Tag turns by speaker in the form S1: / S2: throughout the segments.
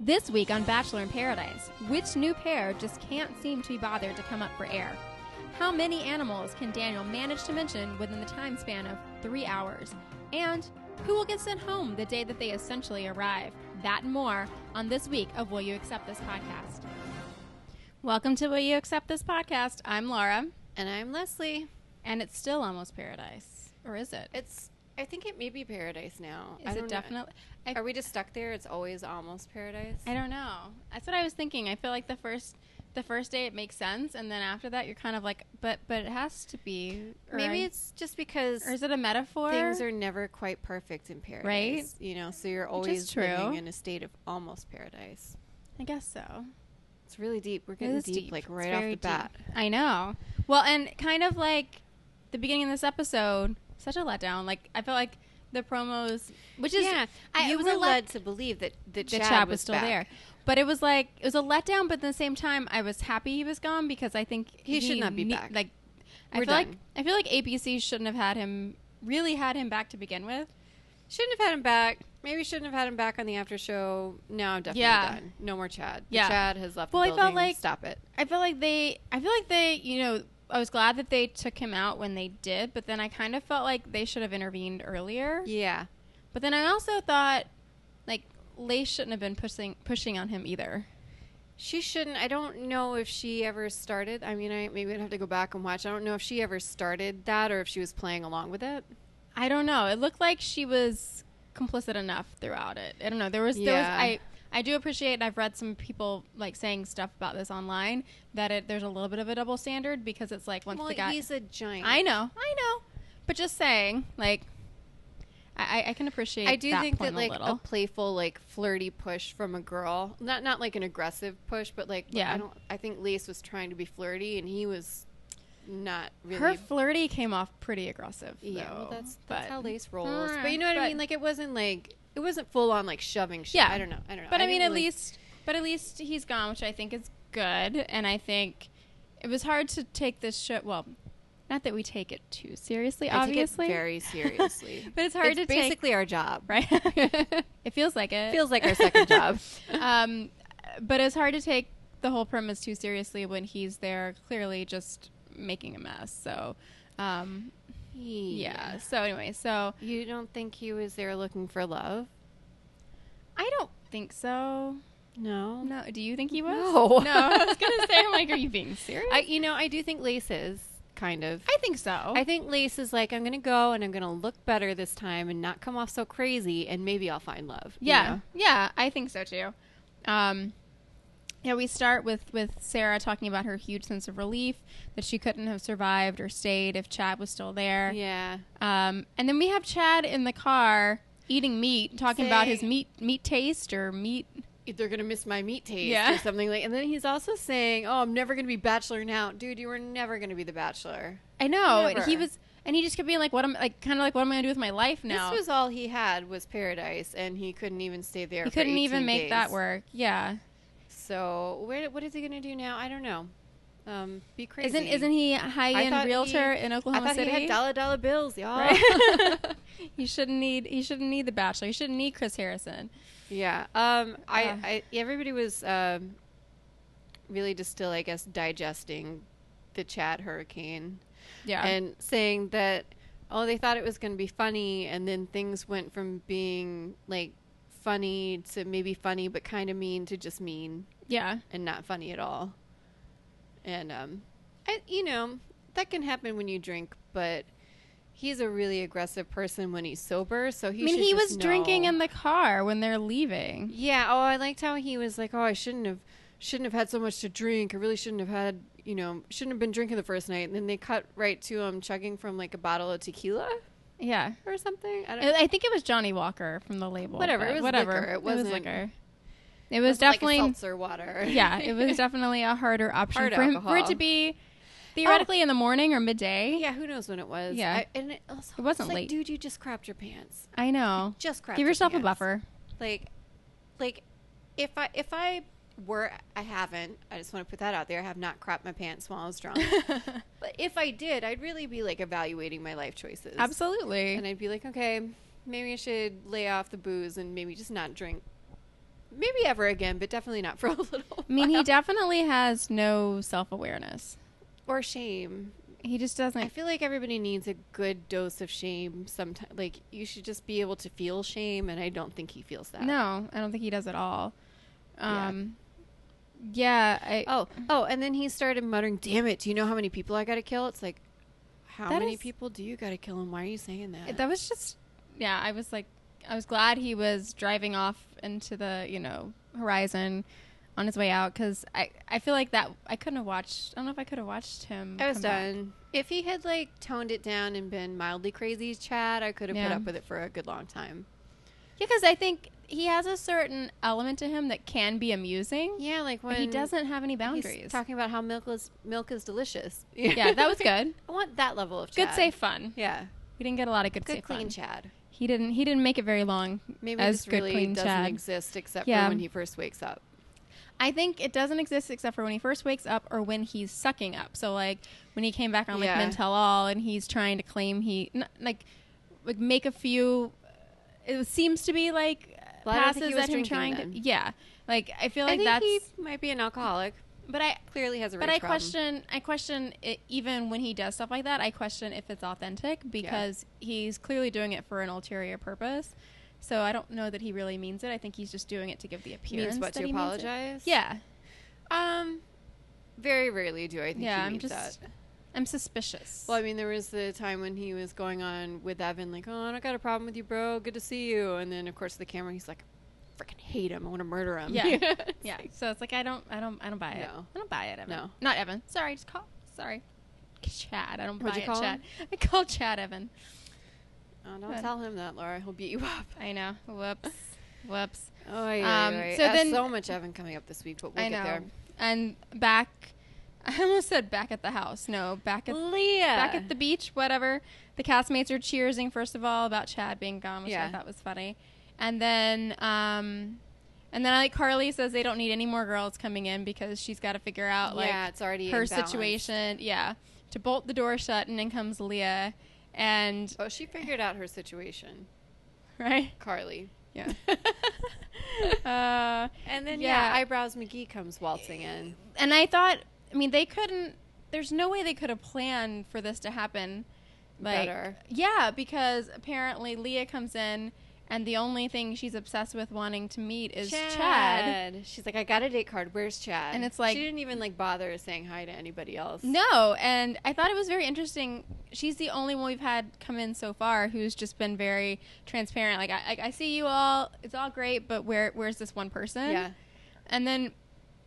S1: This week on Bachelor in Paradise, which new pair just can't seem to be bothered to come up for air? How many animals can Daniel manage to mention within the time span of three hours? And who will get sent home the day that they essentially arrive? That and more on this week of Will You Accept This Podcast. Welcome to Will You Accept This Podcast. I'm Laura,
S2: And I'm Leslie.
S1: and it's still almost paradise. Or is it?
S2: It's I think it may be paradise now. I
S1: Is
S2: don't
S1: it
S2: know.
S1: definitely? I,
S2: Are we just stuck there? It's always almost paradise.
S1: I don't know. That's what I was thinking. I feel like the first the first day it makes sense, and then after that you're kind of like, but but it has to be. or
S2: Maybe
S1: I-
S2: it's just because
S1: or is it a metaphor?
S2: things are never quite perfect in paradise, You know, so you're always
S1: true.
S2: living in a state of almost paradise.
S1: I guess so.
S2: It's really deep. We're
S1: It
S2: getting
S1: is
S2: deep, like
S1: It's
S2: right off
S1: very
S2: the
S1: deep.
S2: bat.
S1: I know. Well, and kind of like the beginning of this episode, such a letdown. Like I felt like the promos, which is
S2: yeah, I
S1: it
S2: was
S1: was a let,
S2: led to believe that the
S1: the
S2: Chad,
S1: Chad was still
S2: back.
S1: there, but it was like it was a letdown. But at the same time, I was happy he was gone because I think
S2: He should not be
S1: nee-
S2: back.
S1: Like I
S2: We're
S1: feel like
S2: done.
S1: I feel like ABC shouldn't have had him really had him back to begin with.
S2: Shouldn't have had him back. Maybe shouldn't have had him back on the after show. No, I'm definitely
S1: Yeah.
S2: done. No more Chad. The
S1: Yeah.
S2: Chad has left.
S1: Well, I
S2: the
S1: felt
S2: building.
S1: like-
S2: stop it.
S1: I feel like they I feel like they, you know, I was glad that they took him out when they did, but then I kind of felt like they should have intervened earlier.
S2: Yeah,
S1: But then I also thought like Lace shouldn't have been pushing pushing on him either.
S2: She shouldn't. I don't know if she ever started. I mean, I maybe I'd have to go back and watch. I don't know if she ever started that or if she was playing along with it.
S1: I don't know. It looked like she was complicit enough throughout it. I don't know. There was there
S2: Yeah.
S1: was I I do appreciate and I've read some people like saying stuff about this online that it there's a little bit of a double standard because it's like once
S2: well,
S1: the guy
S2: he's a giant.
S1: I know, I know. But just saying, like, I, I- I can appreciate.
S2: I do
S1: that
S2: think
S1: point
S2: that
S1: a
S2: like a,
S1: little.
S2: playful, like flirty push from a girl, not not like an aggressive push, but like
S1: Yeah.
S2: I don't. I think Lace was trying to be flirty, and he was not really.
S1: her flirty came off pretty aggressive.
S2: yeah, well,
S1: though,
S2: that's that's
S1: but-
S2: how Lace rolls.
S1: Mm,
S2: but you know what
S1: but-
S2: I mean? Like it wasn't like it wasn't full on like shoving. Shit.
S1: Yeah.
S2: I don't know. I don't know.
S1: But I, mean,
S2: didn't
S1: at
S2: really-
S1: least, but at least he's gone, which I think is good. And I think it was hard to take this show. Well, not that we take it too seriously,
S2: I take it
S1: obviously,
S2: very seriously.
S1: but it's hard
S2: it's
S1: to take,
S2: basically our job,
S1: right? it feels like it
S2: Feels like our second job.
S1: um, but it's hard to take the whole premise too seriously when he's there, clearly just making a mess. So, um, yeah. So anyway, so
S2: You don't think he was there looking for love?
S1: I don't think so.
S2: No.
S1: No, do you think he was?
S2: No.
S1: I was gonna say, I'm like, are you being serious?
S2: I, you know, I do think Lace is kind of.
S1: I think so.
S2: I think Lace is like, I'm gonna go and I'm gonna look better this time and not come off so crazy, and maybe I'll find love. you
S1: yeah,
S2: know?
S1: yeah, I think so too. Um, yeah, we start with with Sarah talking about her huge sense of relief that she couldn't have survived or stayed if Chad was still there.
S2: Yeah.
S1: Um, and then we have Chad in the car eating meat, talking about his
S2: Saying-
S1: meat meat taste or meat.
S2: They're gonna miss my meat taste
S1: Yeah.
S2: or something like. And then he's also saying, "Oh, I'm never gonna be bachelor now, dude. You were never gonna be the bachelor.
S1: I know and he
S2: Never.
S1: was, and he just kept being like, "What am like? Kind of like, what am I gonna do with my life now?"
S2: This was all he had was paradise, and he couldn't even stay there.
S1: he
S2: for
S1: couldn't
S2: 18
S1: even make that
S2: days.
S1: work. Yeah,
S2: So where, what is he going to do now? I don't know. Um, be crazy.
S1: isn't isn't he a high
S2: I
S1: end
S2: thought
S1: realtor
S2: he-
S1: in
S2: I
S1: Oklahoma
S2: thought
S1: City?
S2: he had dollar dollar bills, y'all. Oh.
S1: Right? he shouldn't need he shouldn't need the Bachelor. He shouldn't need Chris Harrison.
S2: yeah. Um. I,
S1: Yeah.
S2: I. Everybody was um. Really, just still, I guess, digesting the Chad hurricane
S1: Yeah,
S2: and saying that oh, they thought it was going to be funny, and then things went from being like funny to maybe funny but kind of mean to just mean.
S1: yeah,
S2: and not funny at all. And um, I, you know that can happen when you drink, but he's a really aggressive person when he's sober. So he,
S1: I mean,
S2: should
S1: he was
S2: just
S1: drinking
S2: know.
S1: in the car when they're leaving.
S2: yeah. Oh, I liked how he was like, oh, I shouldn't have, shouldn't have had so much to drink. I really shouldn't have had, you know, shouldn't have been drinking the first night. And then they cut right to him chugging from like a bottle of tequila
S1: Yeah.
S2: or something. I don't.
S1: I I think it was Johnny Walker from the label.
S2: Whatever,
S1: but
S2: it was liquor, it
S1: was
S2: wasn't-
S1: liquor. It was
S2: wasn't like a
S1: definitely.
S2: seltzer water.
S1: yeah, it was definitely a harder option
S2: Hard
S1: for him for it
S2: alcohol. Oh.
S1: to be theoretically in the morning or midday.
S2: yeah. Who knows when it was?
S1: Yeah.
S2: I- and it, also,
S1: It wasn't
S2: it's like,
S1: late.
S2: dude, you just crapped your pants.
S1: I know.
S2: Just crapped.
S1: Give
S2: your
S1: yourself a
S2: pants.
S1: buffer.
S2: like like if i if i were i haven't i just want to put that out there i have not cropped my pants while i was drunk but if i did i'd really be like evaluating my life choices
S1: Absolutely.
S2: and i'd be like okay maybe i should lay off the booze and maybe just not drink maybe ever again, but definitely not for a little.
S1: I mean,
S2: while.
S1: he definitely has no self awareness.
S2: or shame.
S1: He just doesn't.
S2: I feel like everybody needs a good dose of shame. Sometimes, like you should just be able to feel shame, and I don't think he feels that.
S1: no, I don't think he does at all.
S2: Yeah.
S1: Um, yeah. I,
S2: Oh, oh, and then he started muttering, "Damn it! Do you know how many people I got to kill?" It's like, how
S1: That
S2: many
S1: is-
S2: people do you got to kill, and why are you saying that?
S1: that was just. Yeah, I was like, I was glad he was driving off into the you know horizon on his way out because I I feel like that I couldn't have watched. I don't know if I could have watched him.
S2: I was
S1: come back.
S2: done. If he had like toned it down and been mildly crazy, Chad, I could have put
S1: Yeah.
S2: up with it for a good long time.
S1: Yeah, because I think he has a certain element to him that can be amusing.
S2: Yeah, like
S1: but
S2: when
S1: he doesn't have any
S2: he's
S1: boundaries.
S2: talking about how milk is milk is delicious.
S1: yeah, that was good.
S2: I want that level of
S1: Good
S2: Chad.
S1: safe fun.
S2: Yeah,
S1: We didn't get a lot of good,
S2: good
S1: safe fun.
S2: clean Chad.
S1: He didn't. He didn't make it very long.
S2: Maybe
S1: as
S2: this
S1: good
S2: really
S1: clean
S2: doesn't
S1: Chad.
S2: exist except
S1: Yeah.
S2: for when he first wakes up.
S1: I think it doesn't exist except for when he first wakes up or when he's sucking up. So like when he came back on like
S2: Yeah.
S1: Mentel All and he's trying to claim he n- like like make a few. uh, It seems to be like
S2: Well, I don't
S1: passes
S2: think he was
S1: at him
S2: drinking
S1: trying
S2: then.
S1: to. Yeah, like I feel like
S2: I think
S1: that's.
S2: he might be an alcoholic.
S1: but I
S2: Clearly has a
S1: but
S2: rage
S1: I
S2: problem.
S1: question I question it, even when he does stuff like that. I question if it's authentic because he's clearly doing it for an ulterior purpose. So I don't know that he really means it. I think he's just doing it to give the appearance
S2: means what
S1: that
S2: to
S1: he means it.
S2: apologize.
S1: Yeah,
S2: Um, very rarely do I think
S1: Yeah,
S2: he
S1: I'm
S2: means
S1: just-
S2: that.
S1: I'm suspicious.
S2: Well, I mean, there was the time when he was going on with Evan, like, "Oh, I don't got a problem with you, bro. Good to see you." And then, of course, the camera, he's like, "Freaking hate him. I want to murder him."
S1: Yeah.
S2: It's
S1: yeah.
S2: like,
S1: So it's like I don't I don't I don't buy it.
S2: No.
S1: I don't buy it, Evan.
S2: No.
S1: Not Evan. Sorry, just call sorry. Chad. I don't
S2: What'd
S1: buy
S2: you
S1: it,
S2: call
S1: Chad. I called Chad Evan.
S2: oh, don't
S1: Good.
S2: tell him that, Laura. He'll beat you up.
S1: I know. Whoops. Whoops.
S2: Oh,
S1: Um,
S2: yeah.
S1: so
S2: So I have
S1: then-
S2: so much Evan coming up this week, but we'll
S1: I know.
S2: get there.
S1: And back I almost said back at the house. No, back at
S2: Leah,
S1: back at the beach, whatever. The castmates are cheersing first of all about Chad being gone, which I
S2: Yeah.
S1: thought was funny. And then um and then like Carly says they don't need any more girls coming in because she's got to figure out like
S2: yeah, it's already
S1: her
S2: imbalanced.
S1: situation. Yeah. To bolt the door shut and in comes Leah and
S2: Oh, she figured out her situation,
S1: right?
S2: Carly.
S1: Yeah. uh,
S2: And then
S1: Yeah.
S2: yeah. eyebrows McGee comes waltzing in.
S1: and I thought I mean they couldn't there's no way they could have planned for this to happen. Like
S2: Better.
S1: Yeah, because apparently Leah comes in and the only thing she's obsessed with wanting to meet is Chad.
S2: She's like, I got a date card. Where's Chad?
S1: And it's like-
S2: she didn't even like bother saying hi to anybody else.
S1: No, and I thought it was very interesting. She's the only one we've had come in so far who's just been very transparent. Like, I, like, I see you all, it's all great, but where, where's this one person?
S2: Yeah.
S1: And then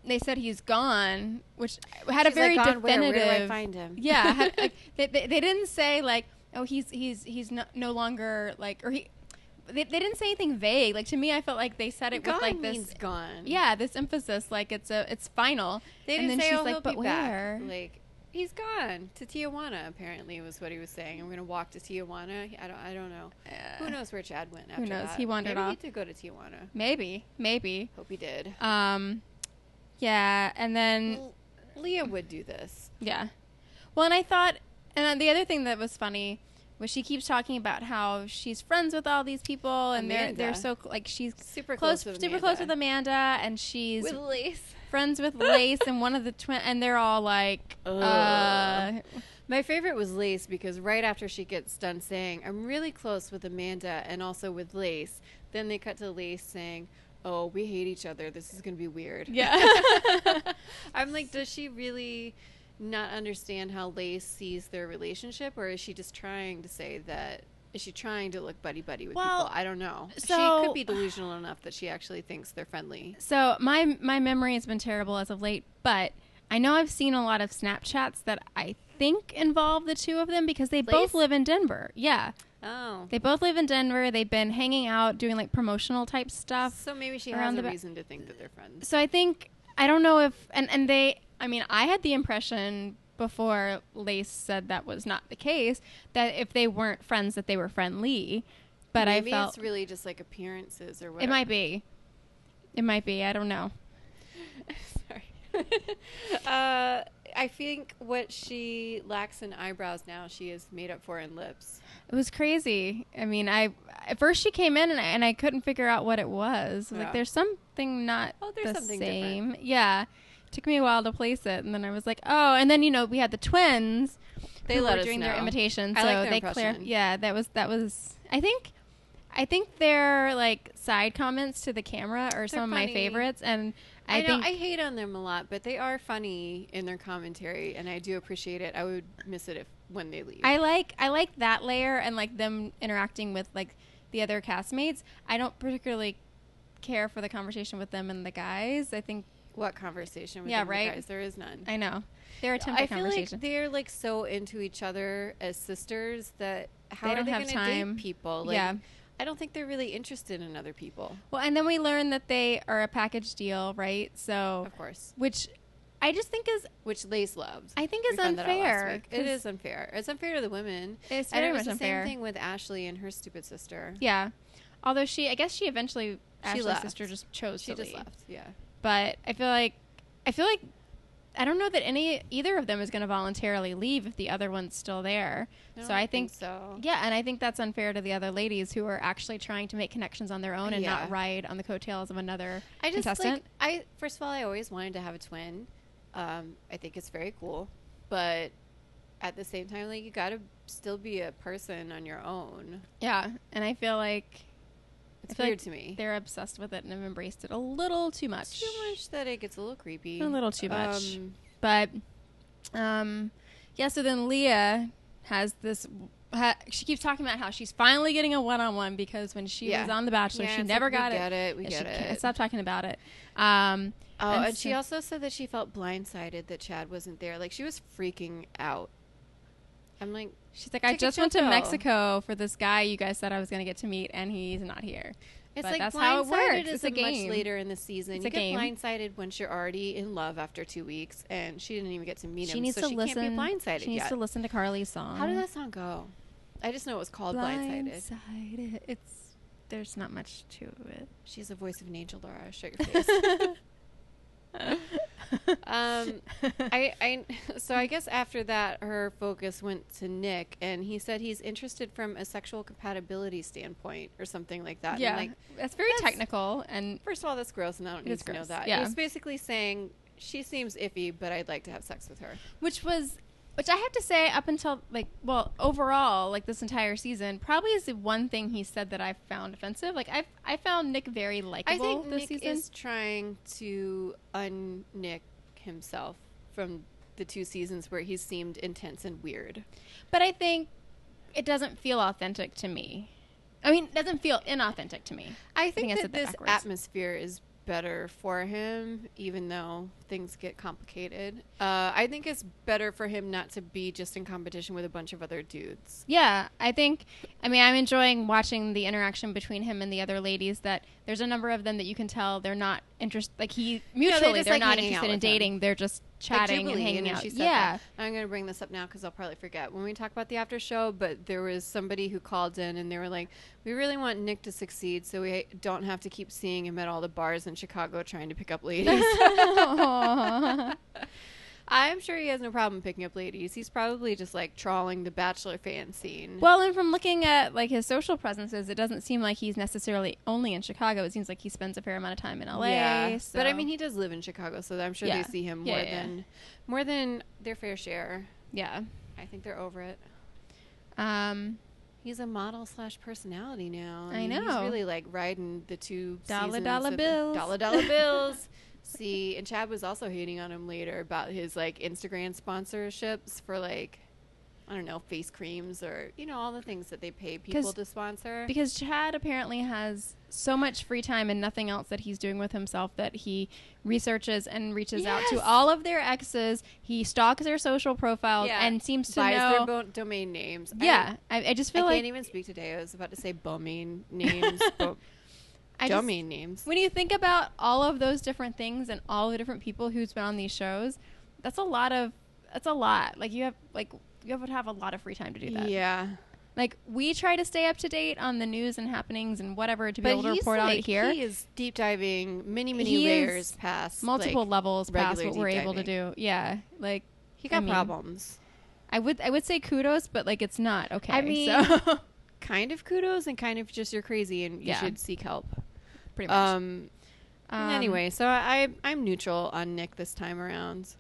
S1: they said he's gone, which had a
S2: She's
S1: very
S2: like, "Gone where?
S1: definitive.
S2: Where do I find him?
S1: Yeah, had, like, they, they, they didn't say like, oh, he's he's he's no, no longer like, or he. They, they didn't say anything vague. Like to me, I felt like they said it
S2: gone
S1: with like this.
S2: means gone.
S1: Yeah, this emphasis, like it's a it's final.
S2: They
S1: and then
S2: didn't say,
S1: she's
S2: oh,
S1: like,
S2: he'll
S1: but
S2: be
S1: where?
S2: back. Like, he's gone to Tijuana. Apparently, was what he was saying. I'm gonna walk to Tijuana. I don't. I don't know. Who knows where Chad went after
S1: Uh, knows?
S2: that?
S1: He wandered
S2: Maybe
S1: off.
S2: He did go to Tijuana.
S1: Maybe, maybe.
S2: Hope he did.
S1: Um, yeah, and then
S2: L- Leah would do this.
S1: yeah. Well, and I thought, and then the other thing that was funny was she keeps talking about how she's friends with all these people, and they're they're
S2: Amanda.
S1: so cl- like she's
S2: Super
S1: close,
S2: close. with
S1: super close with
S2: Amanda.
S1: Amanda, and she's
S2: With Lace.
S1: friends with Lace and one of the twin, and they're all like, uh,
S2: Ugh. My favorite was Lace because right after she gets done saying, I'm really close with Amanda and also with Lace, then they cut to Lace saying, Oh, we hate each other. This is going to be weird.
S1: yeah,
S2: I'm like, does she really not understand how Lace sees their relationship or is she just trying to say that? Is she trying to look buddy buddy with
S1: Well,
S2: people? I don't know.
S1: so-
S2: she could be delusional enough that she actually thinks they're friendly.
S1: So my my memory has been terrible as of late, but I know I've seen a lot of Snapchats that I think involve the two of them because they both
S2: Lace?
S1: live in Denver. Yeah,
S2: Oh.
S1: they both live in Denver. They've been hanging out doing like promotional type stuff.
S2: So maybe she
S1: Around
S2: has
S1: the
S2: a
S1: ba-
S2: reason to think that they're friends.
S1: So I think I don't know if and and they I mean I had the impression before Lace said that was not the case that if they weren't friends that they were friendly, but
S2: maybe
S1: I felt
S2: it's really just like appearances or whatever.
S1: it might be, it might be I don't know.
S2: Sorry. uh, I think what she lacks in eyebrows now, she is made up for in lips.
S1: It was crazy. I mean, I at first she came in and I, and I couldn't figure out what it was.
S2: Yeah.
S1: Like there's something not
S2: Oh, there's
S1: the
S2: something
S1: same.
S2: different.
S1: Yeah. Took me a while to place it and then I was like, "Oh, and then you know, we had the twins
S2: They
S1: who
S2: let
S1: were
S2: us
S1: doing their
S2: know.
S1: imitation,
S2: I
S1: so
S2: like their
S1: they clear
S2: impression.
S1: Yeah, that was that was I think I think their like side comments to the camera are some of
S2: funny.
S1: my favorites and I,
S2: I, know
S1: think
S2: I hate on them a lot, but they are funny in their commentary, and I do appreciate it. I would miss it if when they leave.
S1: I like I like that layer and like them interacting with like the other castmates. I don't particularly care for the conversation with them and the guys. I think
S2: what conversation? With
S1: Yeah,
S2: them, you
S1: right?
S2: Guys? There is none.
S1: I know their attempt
S2: I
S1: at
S2: feel like
S1: conversation.
S2: they're like so into each other as sisters that how
S1: They
S2: are
S1: don't
S2: they
S1: have
S2: gonna date
S1: time.
S2: people? Like,
S1: Yeah.
S2: I don't think they're really interested in other people.
S1: well, and then we learn that they are a package deal, right? So,
S2: Of course,
S1: which I just think is
S2: which Lace loved.
S1: I think is
S2: We found that out last
S1: unfair,
S2: week. It
S1: 'cause-
S2: is unfair. It's unfair to the women.
S1: it's
S2: and
S1: very
S2: it was
S1: much
S2: the
S1: unfair.
S2: same thing with Ashley and her stupid sister.
S1: Yeah, although she I guess she eventually Ashley's
S2: left.
S1: sister just chose
S2: she
S1: to
S2: just
S1: leave.
S2: left. Yeah.
S1: But I feel like I feel like I don't know that any either of them is going to voluntarily leave if the other one's still there.
S2: No,
S1: so I think
S2: so.
S1: Yeah, and I think that's unfair to the other ladies who are actually trying to make connections on their own and
S2: Yeah.
S1: not ride on the coattails of another
S2: I just
S1: contestant.
S2: like I first of all I always wanted to have a twin. Um, I think it's very cool, but at the same time, like you gotta still be a person on your own.
S1: yeah, and I feel like
S2: It's
S1: feel like
S2: weird to me.
S1: they're obsessed with it and have embraced it a little too much.
S2: Eh. Too much that it gets a little creepy.
S1: A little too much.
S2: Um,
S1: But um yeah, so then Leah has this ha, she keeps talking about how she's finally getting a one-on-one because when she
S2: Yeah.
S1: was on The Bachelor,
S2: yeah,
S1: she
S2: it's
S1: never
S2: like,
S1: got
S2: we
S1: it.
S2: Get it. We
S1: And she
S2: get
S1: can't-
S2: it.
S1: Stop talking about it. Um
S2: Oh,
S1: and
S2: and,
S1: so-
S2: she also said that she felt blindsided that Chad wasn't there. Like she was freaking out. I'm like,
S1: She's like,
S2: Take
S1: I
S2: a
S1: just went to
S2: trip, though."
S1: Mexico for this guy you guys said I was going to get to meet, and he's not here.
S2: it's
S1: But
S2: like
S1: that's how it
S2: blindsided
S1: works.
S2: Is
S1: It's a game.
S2: Much later in the season,
S1: It's
S2: you
S1: a
S2: get
S1: game.
S2: blindsided once you're already in love after two weeks, and she didn't even get to meet
S1: she
S2: him.
S1: needs
S2: so
S1: to
S2: she
S1: listen.
S2: Can't be blindsided
S1: she needs
S2: yet.
S1: to listen to Carly's song.
S2: How did that song go? I just know it was called blindsided.
S1: Blindsided. It's there's not much to it.
S2: She's the voice of an angel, Laura. Shut your face. Um, I, I so I guess after that, her focus went to Nick, and he said he's interested from a sexual compatibility standpoint or something like that. And,
S1: yeah,
S2: like
S1: that's very
S2: that's-
S1: technical, and
S2: first of all, that's gross, and I don't need
S1: It's
S2: to know
S1: gross,
S2: that.
S1: yeah.
S2: He's basically saying she seems iffy, but I'd like to have sex with her.
S1: which was. Which I have to say, up until like, well, overall, like this entire season, probably is the one thing he said that I found offensive. Like, I I found Nick very
S2: I
S1: likable
S2: think
S1: this
S2: Nick
S1: season.
S2: is trying to un-Nick himself from the two seasons where he seemed intense and weird.
S1: But I think it doesn't feel authentic to me. I mean, it doesn't feel inauthentic to me.
S2: I think,
S1: think I
S2: that
S1: said that
S2: this
S1: backwards.
S2: atmosphere is better for him, even though things get complicated. Uh, I think it's better for him not to be just in competition with a bunch of other dudes.
S1: Yeah, I think. I mean, I'm enjoying watching the interaction between him and the other ladies. That there's a number of them that you can tell they're not interested. Like he mutually,
S2: just
S1: they're
S2: like
S1: not
S2: hanging out
S1: interested in
S2: with him.
S1: dating. They're just
S2: Like
S1: chatting and
S2: Jubilee,
S1: hanging
S2: you know,
S1: out.
S2: she said
S1: Yeah,
S2: that. I'm going to bring this up now because I'll probably forget when we talk about the after show. But there was somebody who called in and they were like, "We really want Nick to succeed, so we don't have to keep seeing him at all the bars in Chicago trying to pick up ladies."
S1: Aw.
S2: I'm sure he has no problem picking up ladies. He's probably just like trawling the Bachelor fan scene.
S1: Well, and from looking at like his social presences, it doesn't seem like he's necessarily only in Chicago. It seems like he spends a fair amount of time in LA.
S2: but I
S1: so-
S2: mean, he does live in Chicago, so I'm sure
S1: Yeah.
S2: they see him
S1: Yeah,
S2: more
S1: yeah, yeah.
S2: than more than their fair share.
S1: yeah.
S2: I think they're over it.
S1: Um,
S2: He's a model slash personality now.
S1: I
S2: mean,
S1: know.
S2: he's really like riding the two
S1: Dollar,
S2: seasons
S1: dollar
S2: of-
S1: bills.
S2: dollar dollar bills. See, and Chad was also hating on him later about his like Instagram sponsorships for like I don't know face creams or you know all the things that they pay people
S1: 'Cause-
S2: to sponsor.
S1: Because Chad apparently has so much free time and nothing else that he's doing with himself that he researches and reaches out
S2: Yes.
S1: to all of their exes. He stalks their social profiles
S2: Yeah.
S1: and seems to
S2: buys
S1: know.
S2: their bo- domain names. I-
S1: yeah, I, I just
S2: I,
S1: feel like
S2: can't even speak today. I was about to say bumming names, but
S1: I just-
S2: dummy names.
S1: when you think about all of those different things and all the different people who's been on these shows, that's a lot of that's a lot. Like you have like you have to have a lot of free time to do that.
S2: Yeah,
S1: Like we try to stay up to date on the news and happenings and whatever to be able to
S2: he's
S1: report on
S2: like-
S1: it here.
S2: He is deep diving many many
S1: He is
S2: layers past
S1: multiple
S2: like,
S1: levels past
S2: regular
S1: what we're
S2: deep
S1: able to do. Yeah, like
S2: He got
S1: I mean,
S2: problems.
S1: I would I would say kudos, but like it's not okay.
S2: I mean-
S1: so,
S2: Kind of kudos and kind of just you're crazy and you
S1: Yeah.
S2: should seek help.
S1: pretty much.
S2: Um,
S1: Um,
S2: anyway, so I I'm neutral on Nick this time around.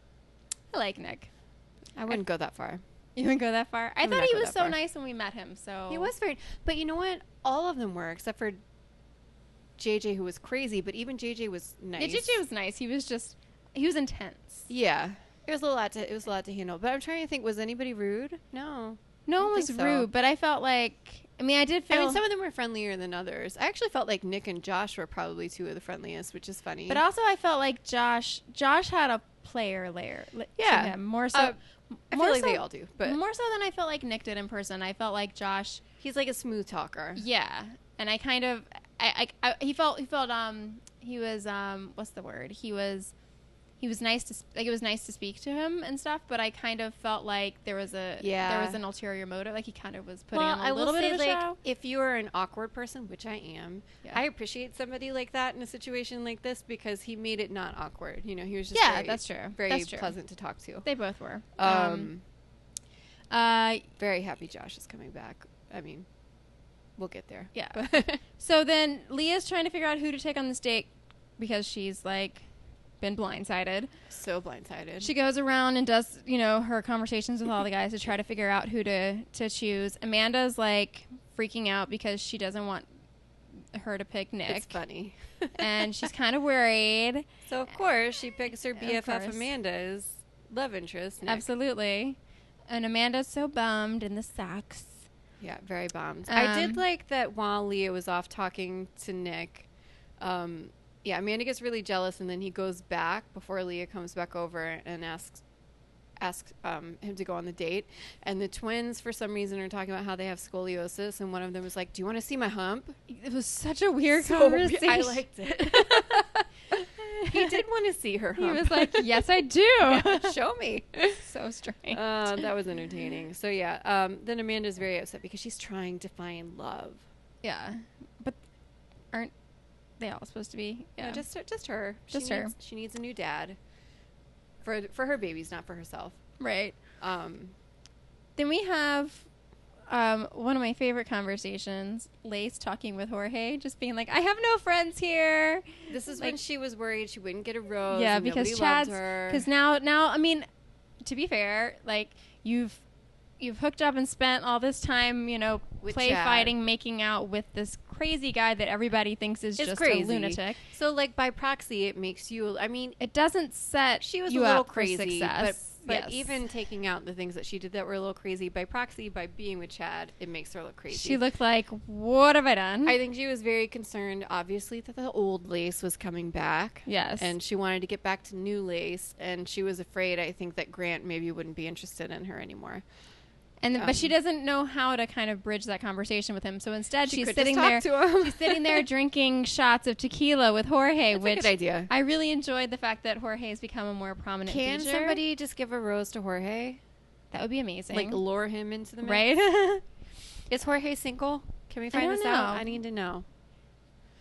S1: I like Nick.
S2: I wouldn't go that far.
S1: You wouldn't go that far. I,
S2: would
S1: thought
S2: not
S1: he
S2: go
S1: was
S2: that
S1: so
S2: far.
S1: nice when we met him. So
S2: He was very, but you know what? All of them were except for JJ, who was crazy. But even JJ was nice.
S1: Yeah, JJ was nice. He was just he was intense.
S2: Yeah, it was a lot to it was a lot to handle. But I'm trying to think, was anybody rude? No.
S1: No
S2: I
S1: one was
S2: think so.
S1: rude, but I felt like I mean I did feel.
S2: I mean, some of them were friendlier than others. I actually felt like Nick and Josh were probably two of the friendliest, which is funny.
S1: but also I felt like Josh. Josh had a player layer. li- to
S2: Yeah.
S1: him, more so.
S2: Uh, I feel
S1: more
S2: like
S1: so,
S2: they all do. But
S1: more so than I felt like Nick did in person. I felt like Josh.
S2: he's like a smooth talker.
S1: Yeah, and I kind of I, I, I he felt he felt um he was um what's the word he was he was nice to sp- like it was nice to speak to him and stuff, but I kind of felt like there was a
S2: Yeah.
S1: there was an ulterior motive. Like he kind of was putting on a
S2: I
S1: little bit of a
S2: like,
S1: show.
S2: if you are an awkward person, which I am,
S1: Yeah.
S2: I appreciate somebody like that in a situation like this because he made it not awkward. You know, he was just
S1: Yeah,
S2: very-
S1: that's true.
S2: very
S1: That's true.
S2: pleasant to talk to.
S1: They both were.
S2: Um,
S1: uh,
S2: very happy Josh is coming back. I mean, we'll get there.
S1: Yeah.
S2: But-
S1: So then Leah's trying to figure out who to take on this date because she's like been blindsided.
S2: so blindsided.
S1: She goes around and does, you know, her conversations with all the guys to try to figure out who to to choose. Amanda's like freaking out because she doesn't want her to pick
S2: it's
S1: Nick.
S2: funny.
S1: And she's kind of worried.
S2: so of course she picks her
S1: Of
S2: BFF
S1: course.
S2: Amanda's love interest. Nick.
S1: Absolutely. And Amanda's so bummed and this sucks.
S2: Yeah, very bummed. I
S1: Um,
S2: did like that while Leah was off talking to Nick. Um, yeah, Amanda gets really jealous, and then he goes back before Leah comes back over and asks asks um, him to go on the date. And the twins, for some reason, are talking about how they have scoliosis, and one of them is like, "Do you want to see my hump?"
S1: It was such a weird
S2: So weird.
S1: conversation.
S2: I liked it. he did want to see her
S1: He
S2: hump.
S1: was like, "Yes, I do."
S2: Yeah, "Show me."
S1: so strange.
S2: Uh, that was entertaining. So yeah, um, then Amanda's very upset because she's trying to find love.
S1: Yeah, but aren't they all supposed to be?
S2: Yeah,
S1: Yeah,
S2: just just her.
S1: Just
S2: she
S1: her.
S2: Needs, she needs a new dad for for her babies, not for herself.
S1: right.
S2: Um,
S1: Then we have um, one of my favorite conversations: Lace talking with Jorge, just being like, "I have no friends here."
S2: this is when
S1: Like-
S2: she was worried she wouldn't get a rose.
S1: yeah,
S2: and
S1: because
S2: Oh, nobody
S1: Chad's
S2: loved her.
S1: because now now I mean, to be fair, like you've you've hooked up and spent all this time, you know,
S2: With
S1: play
S2: Chad.
S1: fighting, making out with this crazy guy that everybody thinks is
S2: It's
S1: just
S2: crazy.
S1: a lunatic.
S2: So like by proxy, it makes you. I mean,
S1: It doesn't set
S2: she was
S1: you
S2: a little
S1: up for
S2: crazy, but
S1: success.
S2: but
S1: Yes.
S2: even taking out the things that she did that were a little crazy by proxy by being with Chad, it makes her look crazy.
S1: She looked like, what have I done?
S2: I think she was very concerned, obviously, that the old lace was coming back.
S1: yes.
S2: and she wanted to get back to new lace and she was afraid i think that grant maybe wouldn't be interested in her anymore
S1: and
S2: um,
S1: but she doesn't know how to kind of bridge that conversation with him. So instead,
S2: She
S1: she's
S2: could
S1: sitting
S2: just
S1: there.
S2: talk to him.
S1: she's sitting there drinking shots of tequila with Jorge,
S2: That's a
S1: which
S2: good idea.
S1: I really enjoyed the fact that Jorge has become a more prominent.
S2: can
S1: feature.
S2: somebody just give a rose to jorge
S1: that would be amazing,
S2: like lure him into the mix?
S1: right?
S2: is jorge single can we find
S1: don't
S2: this out
S1: know.
S2: i need to know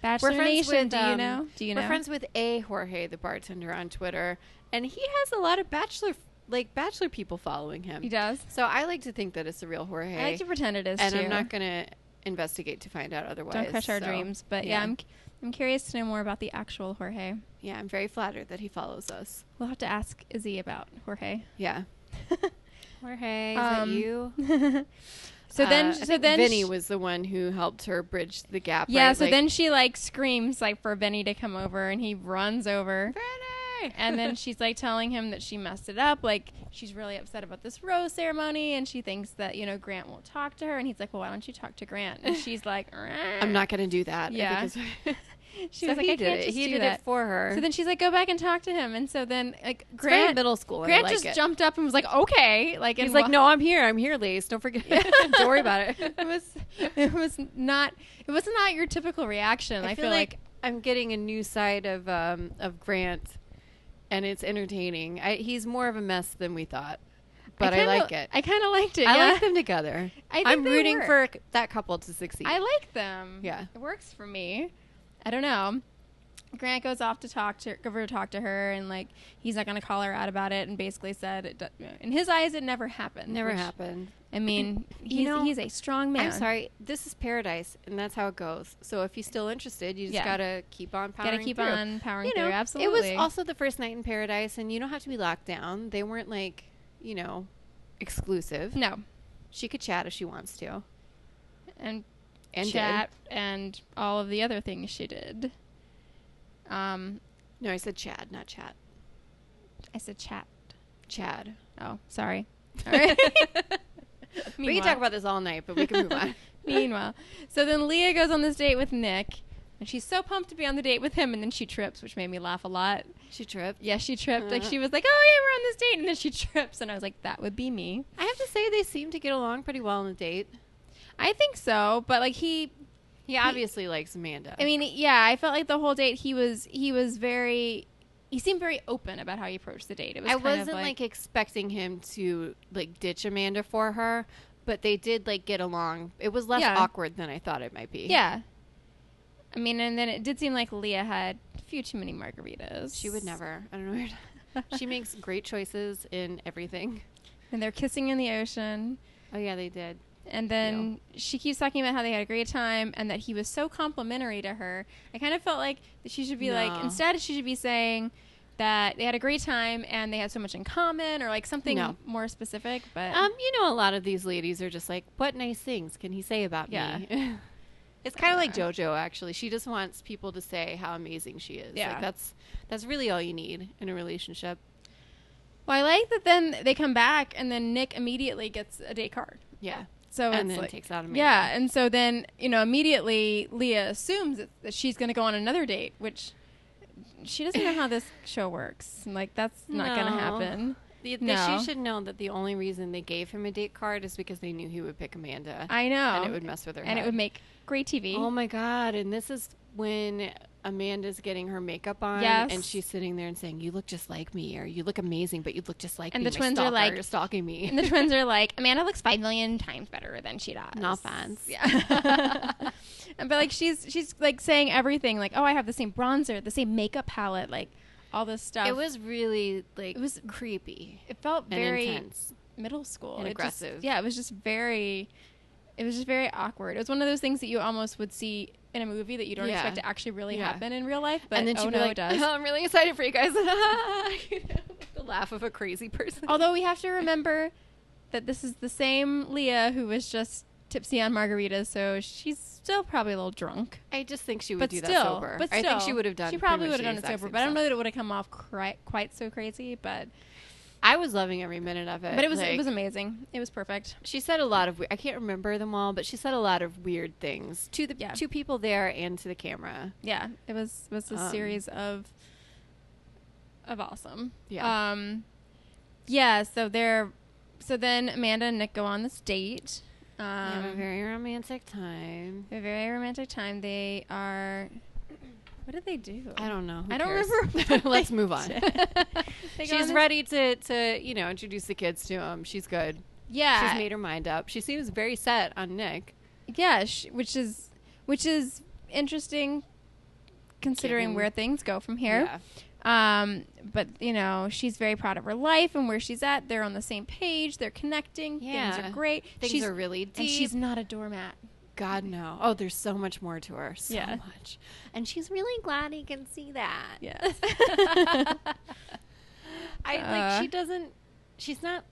S1: Bachelor Nation, do you
S2: um,
S1: know? Do you know?
S2: we're friends with a jorge the bartender on twitter and he has a lot of bachelor like bachelor people following him
S1: he does.
S2: so i like to think that it's a real jorge
S1: I like to pretend it is
S2: and
S1: too.
S2: i'm not gonna investigate to find out otherwise
S1: Don't crush our
S2: so-
S1: dreams, but yeah, I'm I'm curious to know more about the actual Jorge.
S2: yeah i'm very flattered that he follows us
S1: We'll have to ask Izzy about Jorge.
S2: Yeah. Jorge, is
S1: Um,
S2: that you?
S1: so then,
S2: Uh, I
S1: so
S2: think
S1: then,
S2: Vinny
S1: she-
S2: was the one who helped her bridge the gap.
S1: yeah.
S2: right?
S1: So
S2: Like,
S1: then she like screams like for Vinny to come over, and he runs over.
S2: Vinny,
S1: And then she's like telling him that she messed it up. Like she's really upset about this rose ceremony, and she thinks that you know Grant won't talk to her. And he's like, "Well, why don't you talk to Grant?" And she's like,
S2: I'm not gonna do that. I think
S1: Yeah.
S2: it's-
S1: She
S2: So
S1: was like,
S2: he
S1: "I
S2: did
S1: can't
S2: it.
S1: just
S2: he
S1: do
S2: did
S1: that."
S2: it for her.
S1: So then she's like, "Go back and talk to him." And so then like
S2: It's very
S1: Grant,
S2: middle school. and I
S1: Grant
S2: like
S1: just
S2: it.
S1: jumped up and was like, "Okay," like
S2: He's
S1: and
S2: like,
S1: wa-
S2: no, I'm here. I'm here, Lace. Don't forget. Don't worry about it.
S1: it was it was not it was not your typical reaction. I, feel, like,
S2: I'm getting a new side of um, of Grant, and it's entertaining. I, he's more of a mess than we thought, but I,
S1: kinda-
S2: like it.
S1: I kind of liked it.
S2: I
S1: yeah.
S2: like them together.
S1: I think
S2: am
S1: they
S2: rooting
S1: work.
S2: for that couple to succeed.
S1: I like them.
S2: Yeah.
S1: it works for me. I don't know. Grant goes off to talk to go over to talk to her, and like he's not going to call her out about it, and basically said, it, do- in his eyes, it never happened.
S2: Never
S1: which,
S2: happened.
S1: I mean, he's
S2: You know,
S1: he's a strong man.
S2: I'm sorry. This is paradise, and that's how it goes. So if you're still interested, you just
S1: Yeah.
S2: gotta keep on powering.
S1: Gotta keep
S2: through.
S1: on powering
S2: You know,
S1: through. Absolutely.
S2: It was also the first night in paradise, and you don't have to be locked down. They weren't like, you know, exclusive.
S1: no,
S2: She could chat if she wants to.
S1: and
S2: And
S1: chat and all of the other things she did. Um,
S2: Did. No, I said Chad, not chat.
S1: I said chat.
S2: Chad.
S1: Oh, sorry. All right.
S2: we can talk
S1: Meanwhile.
S2: about this all night, but we can move on.
S1: Meanwhile, so then Leah goes on this date with Nick, and she's so pumped to be on the date with him, and then she trips, which made me laugh a lot.
S2: She tripped.
S1: Yeah, she tripped. Like
S2: Uh.
S1: she was like, "Oh yeah, we're on this date," and then she trips, and I was like, "That would be me."
S2: I have to say, they seem to get along pretty well on the date.
S1: I think so, but like he,
S2: He obviously likes Amanda.
S1: I mean, yeah, I felt like the whole date he was he was very, he seemed very open about how he approached the date. It was
S2: I
S1: kind
S2: wasn't
S1: of
S2: like, expecting him to like ditch Amanda for her, but they did like get along. It was less
S1: Yeah.
S2: awkward than I thought it might be.
S1: yeah. I mean, and then it did seem like Leah had a few too many margaritas.
S2: she would never. I don't know. she makes great choices in everything.
S1: And they're kissing in the ocean.
S2: Oh yeah, they did.
S1: And then she keeps talking about how they had a great time and that he was so complimentary to her. I kind of felt like that she should be
S2: No.
S1: like, instead, she should be saying that they had a great time and they had so much in common or like something
S2: No.
S1: more specific. But
S2: Um, you know, a lot of these ladies are just like, "What nice things can he say about
S1: Yeah.
S2: me?" it's kind of like JoJo. Actually, she just wants people to say how amazing she is.
S1: Yeah.
S2: like, that's that's really all you need in a relationship.
S1: well, I like that then they come back and then Nick immediately gets a day card.
S2: Yeah,
S1: So
S2: and
S1: Oh, it's
S2: then
S1: like-
S2: takes out Amanda.
S1: yeah. And so then, you know, immediately Leah assumes that- that she's going to go on another date, which she doesn't know how this show works. And, Like, that's not going
S2: No.
S1: to happen.
S2: The,
S1: No.
S2: She should know that the only reason they gave him a date card is because they knew he would pick Amanda,
S1: I know.
S2: and it would mess with her.
S1: and it
S2: head.
S1: would make great TV.
S2: Oh my god! And this is when Amanda's getting her makeup on,
S1: Yes.
S2: and she's sitting there and saying, "You look just like me," or "You look amazing, but you look just like
S1: And
S2: me."
S1: the
S2: My
S1: twins are
S2: stalker
S1: like-
S2: stalking me.
S1: and the twins are like, Amanda looks five million times better than she does.
S2: Not fans.
S1: Yeah. And- but like she's she's like saying everything like, oh, I have the same bronzer, the same makeup palette, like all this stuff.
S2: it was really like
S1: It was-
S2: creepy
S1: it felt
S2: and
S1: very
S2: intense.
S1: middle school
S2: and
S1: It just-
S2: aggressive.
S1: yeah, it was just very. It was just very awkward. It was one of those things that you almost would see in a movie that you don't
S2: Yeah.
S1: expect to actually really
S2: Yeah.
S1: happen in real life. But
S2: and then she'd
S1: oh
S2: be
S1: no,
S2: like,
S1: it does.
S2: "I'm really excited for you guys." You know, the laugh of a crazy person.
S1: Although we have to remember that this is the same Leah who was just tipsy on margaritas, so she's still probably a little drunk.
S2: I just think she would
S1: But
S2: do
S1: still,
S2: that sober.
S1: but
S2: I think
S1: still,
S2: she would have done.
S1: She
S2: pretty
S1: probably
S2: much
S1: would
S2: the
S1: have done it
S2: exact
S1: sober,
S2: same
S1: but I don't
S2: stuff.
S1: know that it would have come off quite, quite so crazy. But
S2: I was loving every minute of it.
S1: but it was
S2: like-
S1: it was amazing. It was perfect.
S2: She said a lot of. we- I can't remember them all, but she said a lot of weird things to the
S1: Yeah.
S2: to people there and to the camera.
S1: Yeah, it was was a
S2: Um,
S1: series of of awesome.
S2: Yeah.
S1: Um, yeah. So they're so then Amanda and Nick go on this date. Um,
S2: They have a very romantic time.
S1: A very romantic time. They are. What did they do?
S2: I don't know. Who
S1: I don't
S2: cares?
S1: remember what
S2: Let's
S1: they
S2: move on.
S1: did. They go on
S2: She's
S1: this-
S2: ready to to you know introduce the kids to him. She's good.
S1: Yeah.
S2: She's made her mind up. She seems very set on Nick.
S1: yeah. Sh- which is, which is interesting, considering
S2: Given-
S1: where things go from here. Um. But you know, she's very proud of her life and where she's at. They're on the same page. They're connecting. Things
S2: Yeah.
S1: are great.
S2: Things
S1: she's,
S2: are really deep.
S1: and she's not a doormat.
S2: God no. Oh, there's so much more to her. So
S1: Yeah.
S2: much. And she's really glad he can see that.
S1: Yes.
S2: I
S1: Uh.
S2: like she doesn't she's not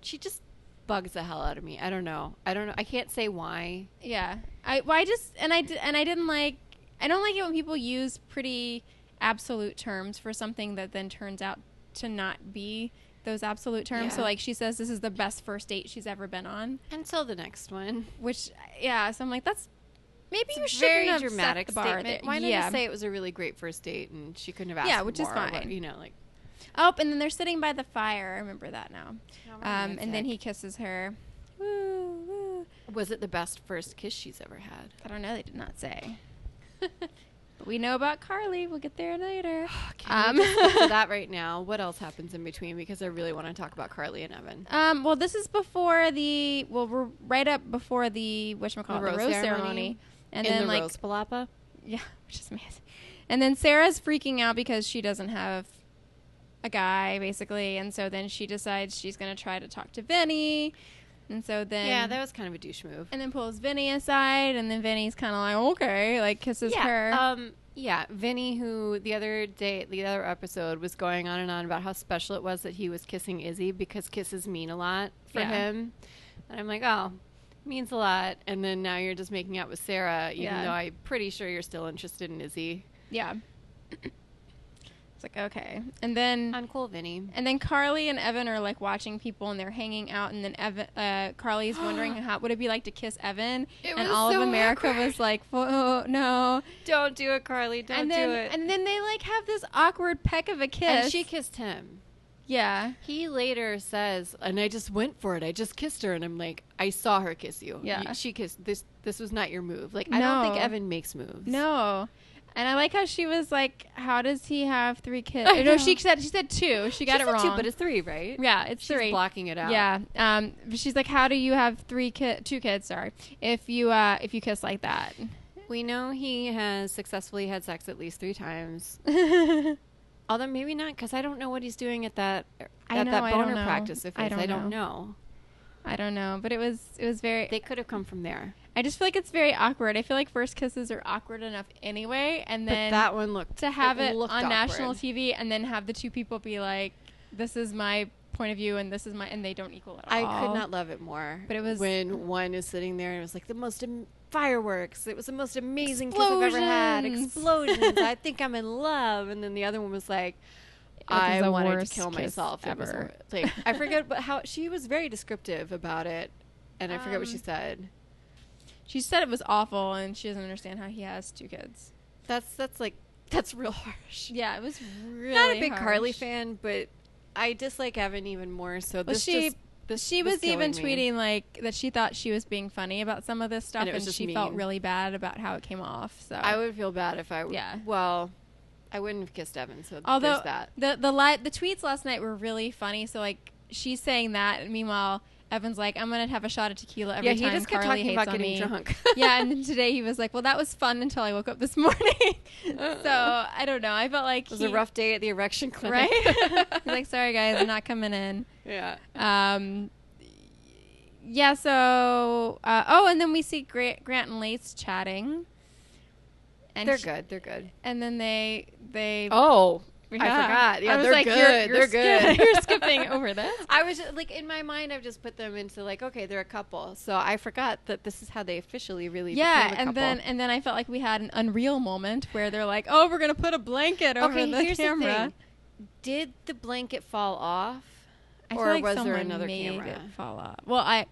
S2: she just bugs the hell out of me. I don't know. I don't know. I can't say why.
S1: Yeah. I well, I just and I di- and I didn't like I don't like it when people use pretty absolute terms for something that then turns out to not be those absolute terms. So
S2: Yeah.
S1: like she says this is the best first date she's ever been on,
S2: Until the next one.
S1: which yeah, so I'm like that's maybe
S2: It's
S1: you
S2: a
S1: should
S2: very
S1: have set
S2: dramatic
S1: the bar
S2: statement.
S1: there.
S2: Why didn't
S1: yeah.
S2: you say it was a really great first date and she couldn't have asked?
S1: Yeah, which is
S2: more or what-
S1: fine.
S2: you know, like
S1: Oh, and then they're sitting by the fire. I remember that now.
S2: How
S1: Um, and then
S2: romantic.
S1: he kisses her. Woo, woo.
S2: was it the best first kiss she's ever had?
S1: I don't know. They did not say. But we know about Carly. We'll get there later.
S2: Oh, Can
S1: Um,
S2: we just skip to that right now. What else happens in between? Because I really want to talk about Carly and Evan.
S1: Um, well, this is before the well, we're right up before the whatchamacallit, the rose,
S2: The rose
S1: ceremony.
S2: ceremony.
S1: and
S2: in
S1: then
S2: the
S1: like
S2: Rose Palapa.
S1: yeah, which is amazing. And then Sarah's freaking out because she doesn't have a guy, basically. And so then she decides she's going to try to talk to Vinny. And so then.
S2: yeah, that was kind of a douche move.
S1: and then pulls Vinny aside. And then Vinny's kind of like, okay, like kisses
S2: yeah,
S1: her.
S2: Um, yeah, Vinny, who the other day, the other episode was going on and on about how special it was that he was kissing Izzy because kisses mean a lot for
S1: Yeah.
S2: him. And I'm like, oh, means a lot. And then now you're just making out with Sarah, even
S1: Yeah.
S2: though I'm pretty sure you're still interested in Izzy.
S1: yeah. It's like, okay. And then.
S2: Uncool Vinny.
S1: And then Carly and Evan are like watching people and they're hanging out. And then Evan, uh, Carly's wondering how would it be like to kiss Evan.
S2: It
S1: and
S2: was
S1: all
S2: so
S1: of America
S2: awkward.
S1: was like, "Whoa, no.
S2: Don't do it, Carly. Don't
S1: and then,
S2: do it.
S1: And then they like have this awkward peck of a kiss.
S2: and she kissed him.
S1: yeah.
S2: He later says, and I just went for it. I just kissed her, and I'm like, I saw her kiss you.
S1: Yeah.
S2: You- she kissed this. This was not your move. Like, I don't
S1: No.
S2: think Evan makes moves.
S1: No. And I like how she was like, "How does he have three kids?"
S2: I
S1: No,
S2: know.
S1: she said she said two. She got
S2: She
S1: it
S2: said
S1: wrong.
S2: two, but it's three, right?
S1: yeah, it's
S2: She's
S1: three.
S2: blocking it out.
S1: Yeah. Um. but She's like, "How do you have three ki- two kids?" Sorry, if you uh if you kiss like that.
S2: We know he has successfully had sex at least three times. Although maybe not, because I don't know what he's doing at that at
S1: I know,
S2: that
S1: I don't
S2: boner
S1: know.
S2: practice. If
S1: I
S2: I
S1: don't
S2: don't know,
S1: I don't know, but it was it was very.
S2: they could have come from there.
S1: I just feel like it's very awkward. I feel like first kisses are awkward enough anyway, and then
S2: but that one looked
S1: to have it, on
S2: looked
S1: national
S2: awkward.
S1: TV and then have the two people be like, "This is my point of view, and this is my," and they don't equal at
S2: I
S1: all.
S2: could not love it more.
S1: But it was-
S2: when one is sitting there and it was like the most am- fireworks. It was the most amazing kiss I've ever had.
S1: Explosions.
S2: Explosions. I think I'm in love. And then the other one was like,
S1: was
S2: I
S1: the
S2: wanted
S1: worst
S2: to kill
S1: kiss
S2: myself. It was
S1: ever.
S2: wor- like I forget what, how she was very descriptive about it, and I forget what she
S1: Um,
S2: said.
S1: She said it was awful, and she doesn't understand how he has two kids.
S2: That's that's like that's real harsh.
S1: Yeah, it was really
S2: Not a big
S1: harsh.
S2: Carly fan, but I dislike Evan even more. So
S1: Well,
S2: this
S1: she
S2: just- this
S1: she
S2: was
S1: was, even
S2: killing me.
S1: tweeting like that she thought she was being funny about some of this stuff,
S2: And it
S1: and,
S2: was just
S1: she felt
S2: mean.
S1: really bad about how it came off. So
S2: I would feel bad if I. w-
S1: Yeah.
S2: Well, I wouldn't have kissed Evan. So
S1: Although
S2: there's that.
S1: the the li- the tweets last night were really funny. So like she's saying that, and meanwhile Evan's like, "I'm gonna have a shot of tequila every
S2: yeah,
S1: time
S2: he just kept
S1: Carly
S2: talking
S1: hates
S2: about
S1: on me."
S2: getting drunk.
S1: yeah, and then today he was like, "Well, that was fun until I woke up this morning." so I don't know. I felt like
S2: it was
S1: he,
S2: a rough day at the erection clinic.
S1: right? He's like, "Sorry guys, I'm not coming in."
S2: yeah.
S1: Um, yeah. So uh, oh, and then we see Grant, Grant and Lace chatting. And
S2: They're
S1: sh-
S2: good. They're good.
S1: And then they they
S2: Oh,
S1: Yeah.
S2: I forgot. Yeah,
S1: was
S2: they're
S1: like,
S2: good.
S1: you're- you're
S2: they're
S1: skip-
S2: good.
S1: you're skipping over this.
S2: I was just, like in my mind, I've just put them into like okay, they're a couple. So I forgot that this is how they officially really
S1: Yeah,
S2: became a
S1: and
S2: couple.
S1: then and then I felt like we had an unreal moment where they're like, "Oh, we're gonna put a blanket over
S2: okay,
S1: the
S2: here's
S1: camera."
S2: the thing: did the blanket fall off,
S1: I feel
S2: or
S1: like
S2: was there
S1: someone
S2: another
S1: made
S2: camera?
S1: It fall off. Well, I,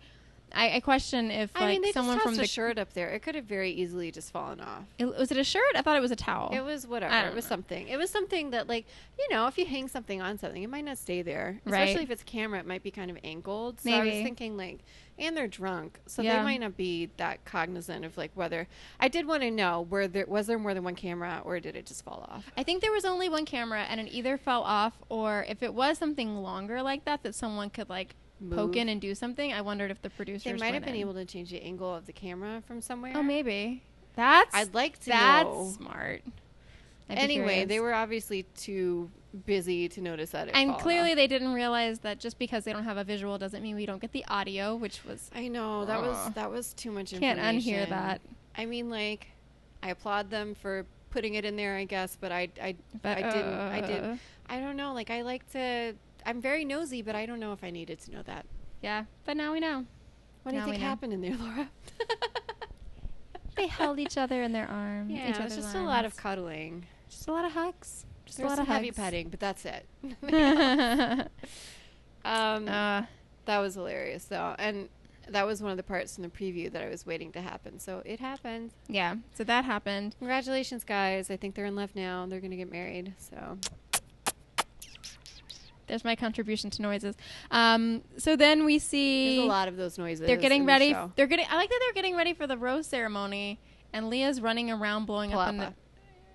S1: I, I question if like
S2: I mean, they
S1: someone
S2: just
S1: from
S2: tossed
S1: the
S2: a shirt up there. It could have very easily just fallen off.
S1: It- was it a shirt? I thought it was a towel.
S2: It was whatever.
S1: I don't
S2: It was
S1: know.
S2: something. It was something that, like, you know, if you hang something on something, it might not stay there.
S1: Right.
S2: Especially if it's a camera, it might be kind of angled. So I was
S1: Maybe.
S2: thinking, like, and they're drunk, so
S1: Yeah.
S2: they might not be that cognizant of like whether. I did want to know were there was there more than one camera, or did it just fall off?
S1: I think there was only one camera, and it either fell off or if it was something longer like that that someone could like poke
S2: Move.
S1: in and do something. I wondered if the producers
S2: They might
S1: went
S2: have been
S1: in.
S2: able to change the angle of the camera from somewhere.
S1: Oh, maybe that's
S2: I'd like to
S1: that's
S2: know.
S1: smart. I'd be
S2: Anyway,
S1: curious.
S2: they were obviously too busy to notice that. It
S1: And
S2: fallen
S1: clearly,
S2: off.
S1: they didn't realize that just because they don't have a visual doesn't mean we don't get the audio, which was
S2: I know that
S1: Aw.
S2: was that was too much.
S1: can't unhear
S2: information.
S1: that.
S2: I mean, like, I applaud them for putting it in there, I guess, but I, I,
S1: But
S2: I didn't. I
S1: uh,
S2: did. I don't know. Like, I like to. I'm very nosy, but I don't know if I needed to know that.
S1: Yeah, but now we know.
S2: What do
S1: Now we
S2: you think
S1: know.
S2: happened in there, Laura?
S1: They held each other in their arms.
S2: Yeah,
S1: each
S2: it was
S1: other's
S2: just a lot of
S1: arms.
S2: cuddling.
S1: just a lot of hugs. Just
S2: There
S1: a
S2: was
S1: lot
S2: some
S1: of hugs.
S2: heavy petting, but that's it. um,
S1: uh,
S2: that was hilarious, though, and that was one of the parts in the preview that I was waiting to happen. So it happened.
S1: yeah, so that happened.
S2: Congratulations, guys! I think they're in love now. They're gonna get married. So
S1: There's my contribution to noises. Um, so then we
S2: there's a
S1: see
S2: lot of those noises.
S1: they're getting
S2: in the
S1: ready.
S2: show.
S1: they're getting. I like that they're getting ready for the rose ceremony, and Leah's running around blowing up in the
S2: Palapa.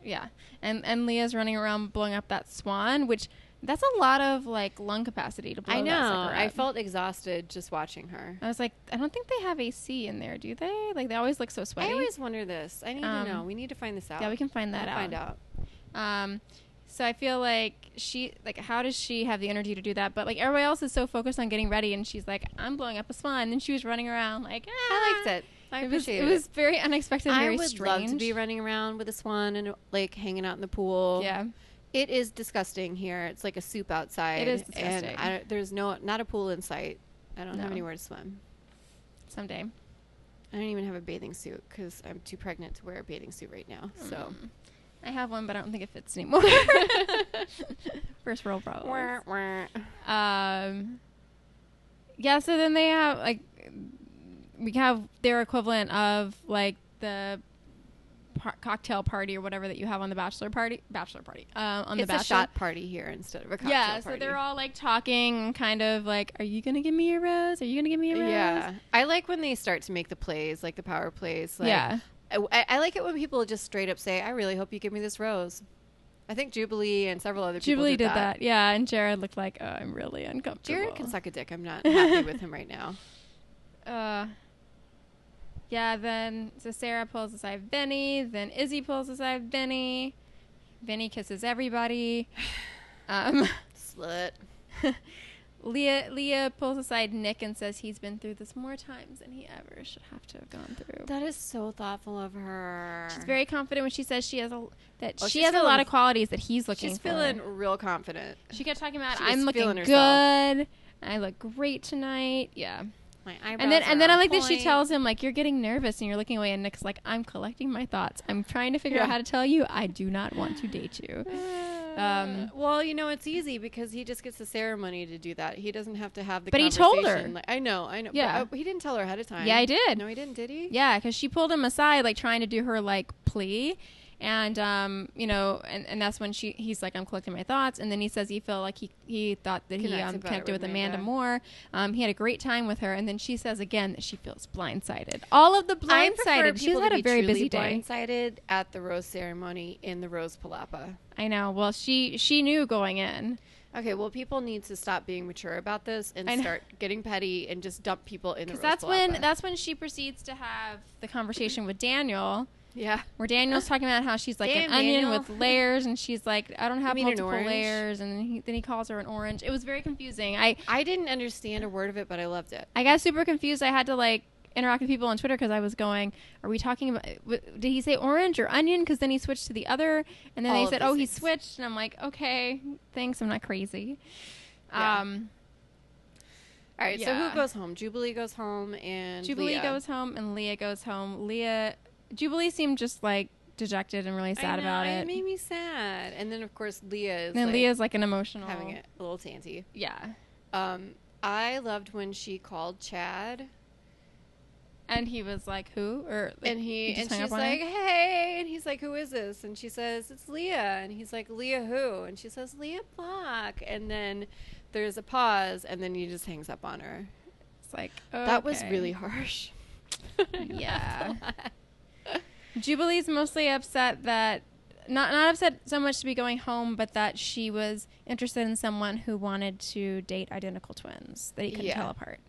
S1: yeah, and and Leah's running around blowing up that swan, which that's a lot of like lung capacity to blow. that
S2: I know.
S1: sucker
S2: I
S1: up.
S2: felt exhausted just watching her.
S1: I was like, I don't think they have AC in there, do they? Like they always look so sweaty.
S2: I always wonder this. I need
S1: Um,
S2: to know. We need to find this out.
S1: yeah, we can find that
S2: We'll
S1: out.
S2: Find out.
S1: Um, so I feel like she like how does she have the energy to do that? But like everybody else is so focused on getting ready, and she's like, I'm blowing up a swan, and she was running around like ah.
S2: I liked it. I
S1: was,
S2: appreciate
S1: it. was very unexpected, and
S2: I
S1: very
S2: would
S1: strange.
S2: love to be running around with a swan and like hanging out in the pool.
S1: yeah,
S2: It is disgusting here. It's like a soup outside.
S1: It is disgusting.
S2: And I, there's no, not a pool in sight. I don't
S1: No.
S2: have anywhere to swim.
S1: someday.
S2: I don't even have a bathing suit because I'm too pregnant to wear a bathing suit right now. So.
S1: I have one, but I don't think it fits anymore. First world problems.
S2: Wah, wah.
S1: Um, yeah, so then they have like we have their equivalent of like the par- cocktail party or whatever that you have on the bachelor party, bachelor party um, on
S2: It's
S1: the
S2: a
S1: bachelor.
S2: shot party here instead of a cocktail
S1: yeah, so
S2: party.
S1: they're all like talking, and kind of like, "Are you gonna give me a rose? Are you gonna give me a rose?"
S2: Yeah, I like when they start to make the plays, like the power plays. Like,
S1: Yeah.
S2: I- I, I like it when people just straight up say, "I really hope you give me this rose." I think Jubilee and several other people
S1: Jubilee
S2: did, that.
S1: Yeah, and Jared looked like, "Oh, I'm really uncomfortable."
S2: Jared can suck a dick. I'm not happy with him right now.
S1: Uh, yeah, then so Sarah pulls aside Vinny, then Izzy pulls aside Vinny. Vinny kisses everybody. Um,
S2: Slut.
S1: Leah Leah pulls aside Nick and says he's been through this more times than he ever should have to have gone through.
S2: That is so thoughtful of her.
S1: She's very confident when she says she has a that
S2: Oh,
S1: she
S2: she's
S1: has a lot
S2: feeling-
S1: of qualities that he's looking
S2: She's
S1: for.
S2: feeling real confident.
S1: she kept talking about
S2: she was
S1: I'm looking
S2: feeling
S1: good.
S2: herself."
S1: I look great tonight. Yeah.
S2: My eyebrows.
S1: And then,
S2: are
S1: and then I
S2: on
S1: like that she
S2: point.
S1: tells him like you're getting nervous and you're looking away, and Nick's like, I'm collecting my thoughts. I'm trying to figure out
S2: Yeah.
S1: how to tell you I do not want to date you. Um,
S2: Uh, well, you know, it's easy because he just gets the ceremony to do that. He doesn't have to have the.
S1: But he told
S2: conversation.
S1: her.
S2: Like, I know, I know. but,
S1: Yeah.
S2: uh, he didn't tell her ahead of time.
S1: Yeah, I did.
S2: No, he didn't. Did he?
S1: Yeah, because she pulled him aside, like trying to do her like plea, and um, you know, and, and that's when she he's like, I'm collecting my thoughts, and then he says he felt like he he thought that he
S2: Connects
S1: um,
S2: about it
S1: connected with
S2: with
S1: Amanda
S2: Amanda.
S1: more. Um, he had a great time with her, and then she says again that she feels blindsided.
S2: Oh.
S1: All of the
S2: I prefer
S1: blindsided. She's
S2: people
S1: had
S2: to
S1: a
S2: be
S1: very
S2: truly
S1: busy day.
S2: Blindsided at the rose ceremony in the rose palapa.
S1: I know. Well, she she knew going in.
S2: Okay, well, people need to stop being mature about this and
S1: I know.
S2: start getting petty and just dump people in the rose
S1: Because that's when
S2: palapa.
S1: that's when she proceeds to have the conversation with Daniel,
S2: yeah.
S1: where Daniel's talking about how she's like an
S2: Damn,
S1: onion
S2: Daniel.
S1: with layers, and she's like, I don't have
S2: mean an
S1: multiple
S2: orange?
S1: layers, and then he, then he calls her an orange. It was very confusing. I
S2: I didn't understand a word of it, but I loved it.
S1: I got super confused. I had to like interact with people on Twitter because I was going, Are we talking about? W- did he say orange or onion? Because then he switched to the other, and then
S2: All
S1: they
S2: of
S1: said,
S2: these
S1: Oh, he
S2: things.
S1: switched, and I'm like, Okay, thanks, I'm not crazy.
S2: Yeah.
S1: Um,
S2: All right, so
S1: Yeah.
S2: who goes home? Jubilee goes home, and
S1: Jubilee
S2: Leah.
S1: goes home and Leah goes home. Leah Jubilee seemed just like dejected and really
S2: I
S1: sad
S2: know,
S1: about
S2: It
S1: it.
S2: made me sad. And then of course Leah is
S1: and then
S2: like,
S1: Leah's like an emotional
S2: having it a little tanty.
S1: Yeah.
S2: Um, I loved when she called Chad
S1: And he was like, "Who?" Or like,
S2: and he
S1: just
S2: and
S1: hung up
S2: she's
S1: on
S2: like,
S1: her?
S2: "Hey," and he's like, "Who is this?" And she says, "It's Leah." And he's like, "Leah who?" And she says, "Leah Block." And then there's a pause, and then he just hangs up on her.
S1: "It's like
S2: That was
S1: okay.
S2: really harsh.
S1: Yeah. Jubilee's mostly upset that not not upset so much to be going home, but that she was interested in someone who wanted to date identical twins that he couldn't
S2: Yeah.
S1: tell apart.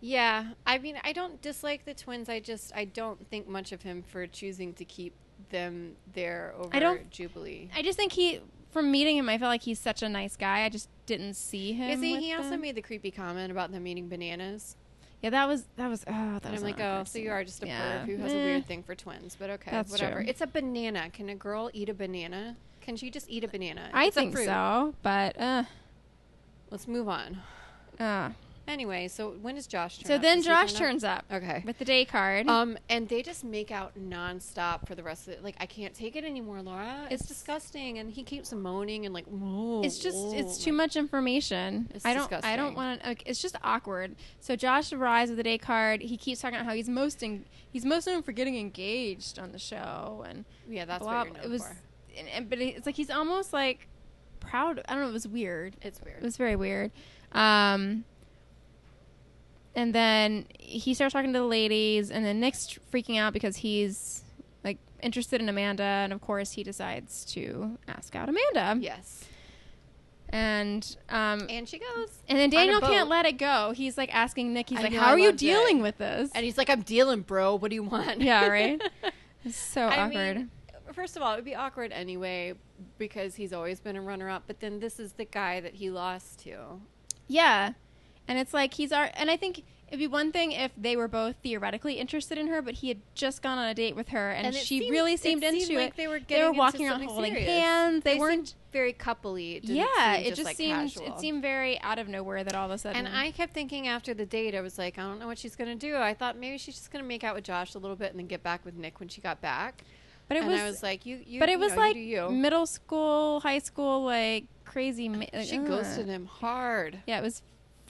S2: Yeah, I mean, I don't dislike the twins. I just I don't think much of him for choosing to keep them there over
S1: don't-
S2: Jubilee.
S1: I just think he, from meeting him, I felt like he's such a nice guy. I just didn't see him.
S2: Is he?
S1: with
S2: He also
S1: them.
S2: made the creepy comment about them eating bananas,
S1: Yeah, that was that was. Oh, that
S2: and
S1: was
S2: I'm like,
S1: not
S2: oh, so you
S1: nice.
S2: are just a
S1: Yeah.
S2: perv who has
S1: Eh.
S2: a weird thing for twins. But okay,
S1: That's
S2: whatever.
S1: true.
S2: It's a banana. Can a girl eat a banana? Can she just eat a banana?
S1: I
S2: It's a
S1: think
S2: fruit.
S1: so, but uh,
S2: Let's move on.
S1: uh.
S2: Anyway, so when does Josh turn?
S1: so
S2: up?
S1: then
S2: Does he
S1: Josh
S2: turn up?
S1: turns up
S2: Okay.
S1: with the day card.
S2: Um, and they just make out nonstop for the rest of it. Like I can't take it anymore, Laura. It's,
S1: It's-
S2: disgusting, and he keeps moaning and like, whoa.
S1: it's just it's
S2: whoa,"
S1: too
S2: like-
S1: much information.
S2: It's
S1: I don't I don't
S2: disgusting.
S1: want to. Like, it's just awkward. So Josh arrives with the day card. He keeps talking about how he's most en- he's most known for getting engaged on the show and
S2: Yeah, that's
S1: blah.
S2: what you're known
S1: it was,
S2: for.
S1: and, and- but it's like he's almost like proud. I don't know. It was weird.
S2: It's weird.
S1: It was very weird. Um, and then he starts talking to the ladies, and then Nick's freaking out because he's like interested in Amanda, and of course he decides to ask out Amanda.
S2: yes,
S1: And um,
S2: and she goes,
S1: and then
S2: on a
S1: Daniel can't
S2: boat.
S1: let it go. He's like asking Nick. He's
S2: I
S1: like,
S2: know,
S1: "How
S2: I
S1: are you
S2: loved it."
S1: dealing with this?"
S2: and he's like, "I'm dealing, bro. What do you want?"
S1: Yeah, right? It's so
S2: I
S1: awkward.
S2: mean, first of all, it would be awkward anyway because he's always been a runner up, but then this is the guy that he lost to.
S1: Yeah. And it's like he's our and I think it'd be one thing if they were both theoretically interested in her, but he had just gone on a date with her and,
S2: And it
S1: she
S2: seemed-
S1: really
S2: it
S1: seemed
S2: seemed
S1: into
S2: like
S1: it.
S2: they were
S1: they
S2: getting
S1: were
S2: into
S1: walking around
S2: something
S1: holding
S2: serious.
S1: hands. They,
S2: They
S1: weren't
S2: Very coupley. It didn't
S1: Yeah,
S2: seem
S1: it just
S2: like
S1: seemed
S2: casual.
S1: it seemed very out of nowhere that all of a sudden
S2: And I kept thinking after the date, I was like, I don't know what she's gonna do. I thought maybe she's just gonna make out with Josh a little bit and then get back with Nick when she got back.
S1: but it
S2: and
S1: was,
S2: I was like, you, you
S1: but it
S2: you
S1: was
S2: know,
S1: like
S2: you. do you.
S1: middle school, high school, like crazy. ma- Like, uh.
S2: she
S1: ugh.
S2: ghosted him hard.
S1: Yeah, it was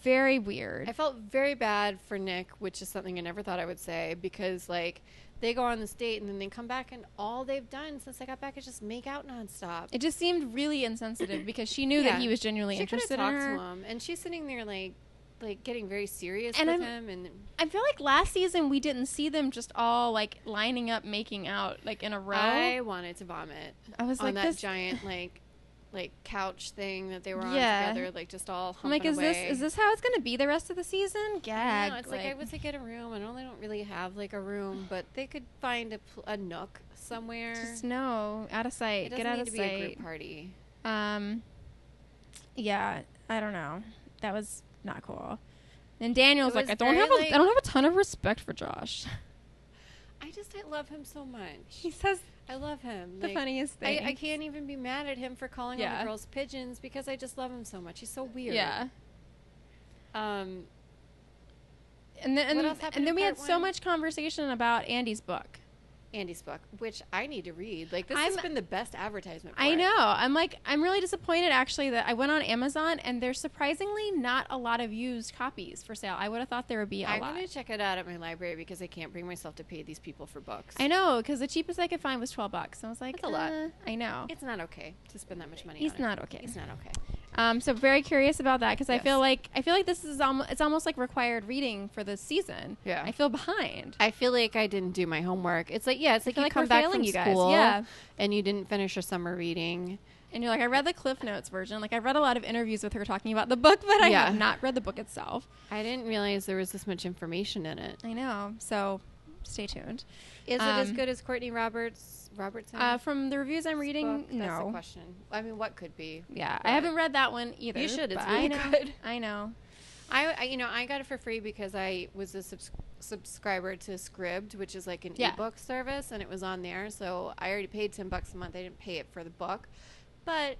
S1: very weird.
S2: I felt very bad for Nick, which is something I never thought I would say because like they go on this date and then they come back and all they've done since I got back is just make out nonstop.
S1: it just seemed really insensitive because she knew
S2: Yeah.
S1: that he was genuinely
S2: she could have
S1: interested in
S2: talked
S1: her.
S2: to him, and she's sitting there like like getting very serious
S1: And
S2: with
S1: I'm-
S2: him and
S1: I feel like last season we didn't see them just all like lining up, making out like in a row.
S2: I wanted to vomit
S1: I was
S2: on
S1: like,
S2: that
S1: this,
S2: giant like like couch thing that they were on
S1: Yeah.
S2: together, like just all
S1: I'm
S2: humping
S1: like, is
S2: away.
S1: this is this how it's gonna be the rest of the season?
S2: I
S1: Gag.
S2: know, it's like, I wish they get a room. I know they don't really have like a room, but they could find a, pl- a nook somewhere.
S1: just no, out of
S2: it
S1: sight.
S2: doesn't
S1: Get out
S2: need
S1: of
S2: to be a
S1: sight.
S2: group party.
S1: Um, yeah, I don't know. That was not cool. And Daniel's
S2: It
S1: like,
S2: was
S1: I don't
S2: very,
S1: have a,
S2: like-
S1: I don't have a ton of respect for Josh.
S2: I just I love him so much.
S1: He says
S2: I love him.
S1: the
S2: Like,
S1: funniest
S2: I,
S1: thing.
S2: I can't even be mad at him for calling all
S1: Yeah.
S2: the girls pigeons because I just love him so much. He's so weird.
S1: Yeah.
S2: Um,
S1: And then
S2: What
S1: and,
S2: else happened
S1: and
S2: in
S1: then we had
S2: part
S1: so
S2: one?
S1: much conversation about Andy's book.
S2: Andy's book, which I need to read. Like this has
S1: I'm-
S2: been the best advertisement. For
S1: I
S2: it.
S1: know. I'm like I'm really disappointed actually that I went on Amazon and there's surprisingly not a lot of used copies for sale. I would have thought there would be a
S2: I'm
S1: lot.
S2: gonna check it out at my library because I can't bring myself to pay these people for books.
S1: I know because the cheapest I could find was 12 bucks. I was like,
S2: That's a lot.
S1: uh, I know.
S2: It's not okay to spend that much money.
S1: He's
S2: on it.
S1: not okay.
S2: He's not okay.
S1: Um, so very curious about that because I
S2: Yes.
S1: feel like I feel like this is almost it's almost like required reading for this season.
S2: Yeah.
S1: I feel behind.
S2: I feel like I didn't do my homework. It's like yeah, it's like
S1: feel
S2: you
S1: like
S2: come
S1: we're
S2: back
S1: failing
S2: from
S1: you guys.
S2: school,
S1: Yeah.
S2: and you didn't finish your summer reading.
S1: And you're like, I read the Cliff Notes version. Like I read a lot of interviews with her talking about the book, but I
S2: Yeah.
S1: have not read the book itself.
S2: I didn't realize there was this much information in it.
S1: I know. So stay tuned.
S2: Is it as
S1: Um,
S2: good as Courtney Roberts Robertson?
S1: Uh, from the reviews I'm reading,
S2: book? That's the
S1: no.
S2: question. I mean, what could be?
S1: Yeah,
S2: But-
S1: I haven't read that one either.
S2: You should, it's
S1: but I
S2: really
S1: know,
S2: good.
S1: I know.
S2: I, I you know I got it for free because I was a subs- subscriber to Scribd, which is like an
S1: Yeah.
S2: ebook service, and it was on there. So I already paid ten bucks a month. I didn't pay it for the book, but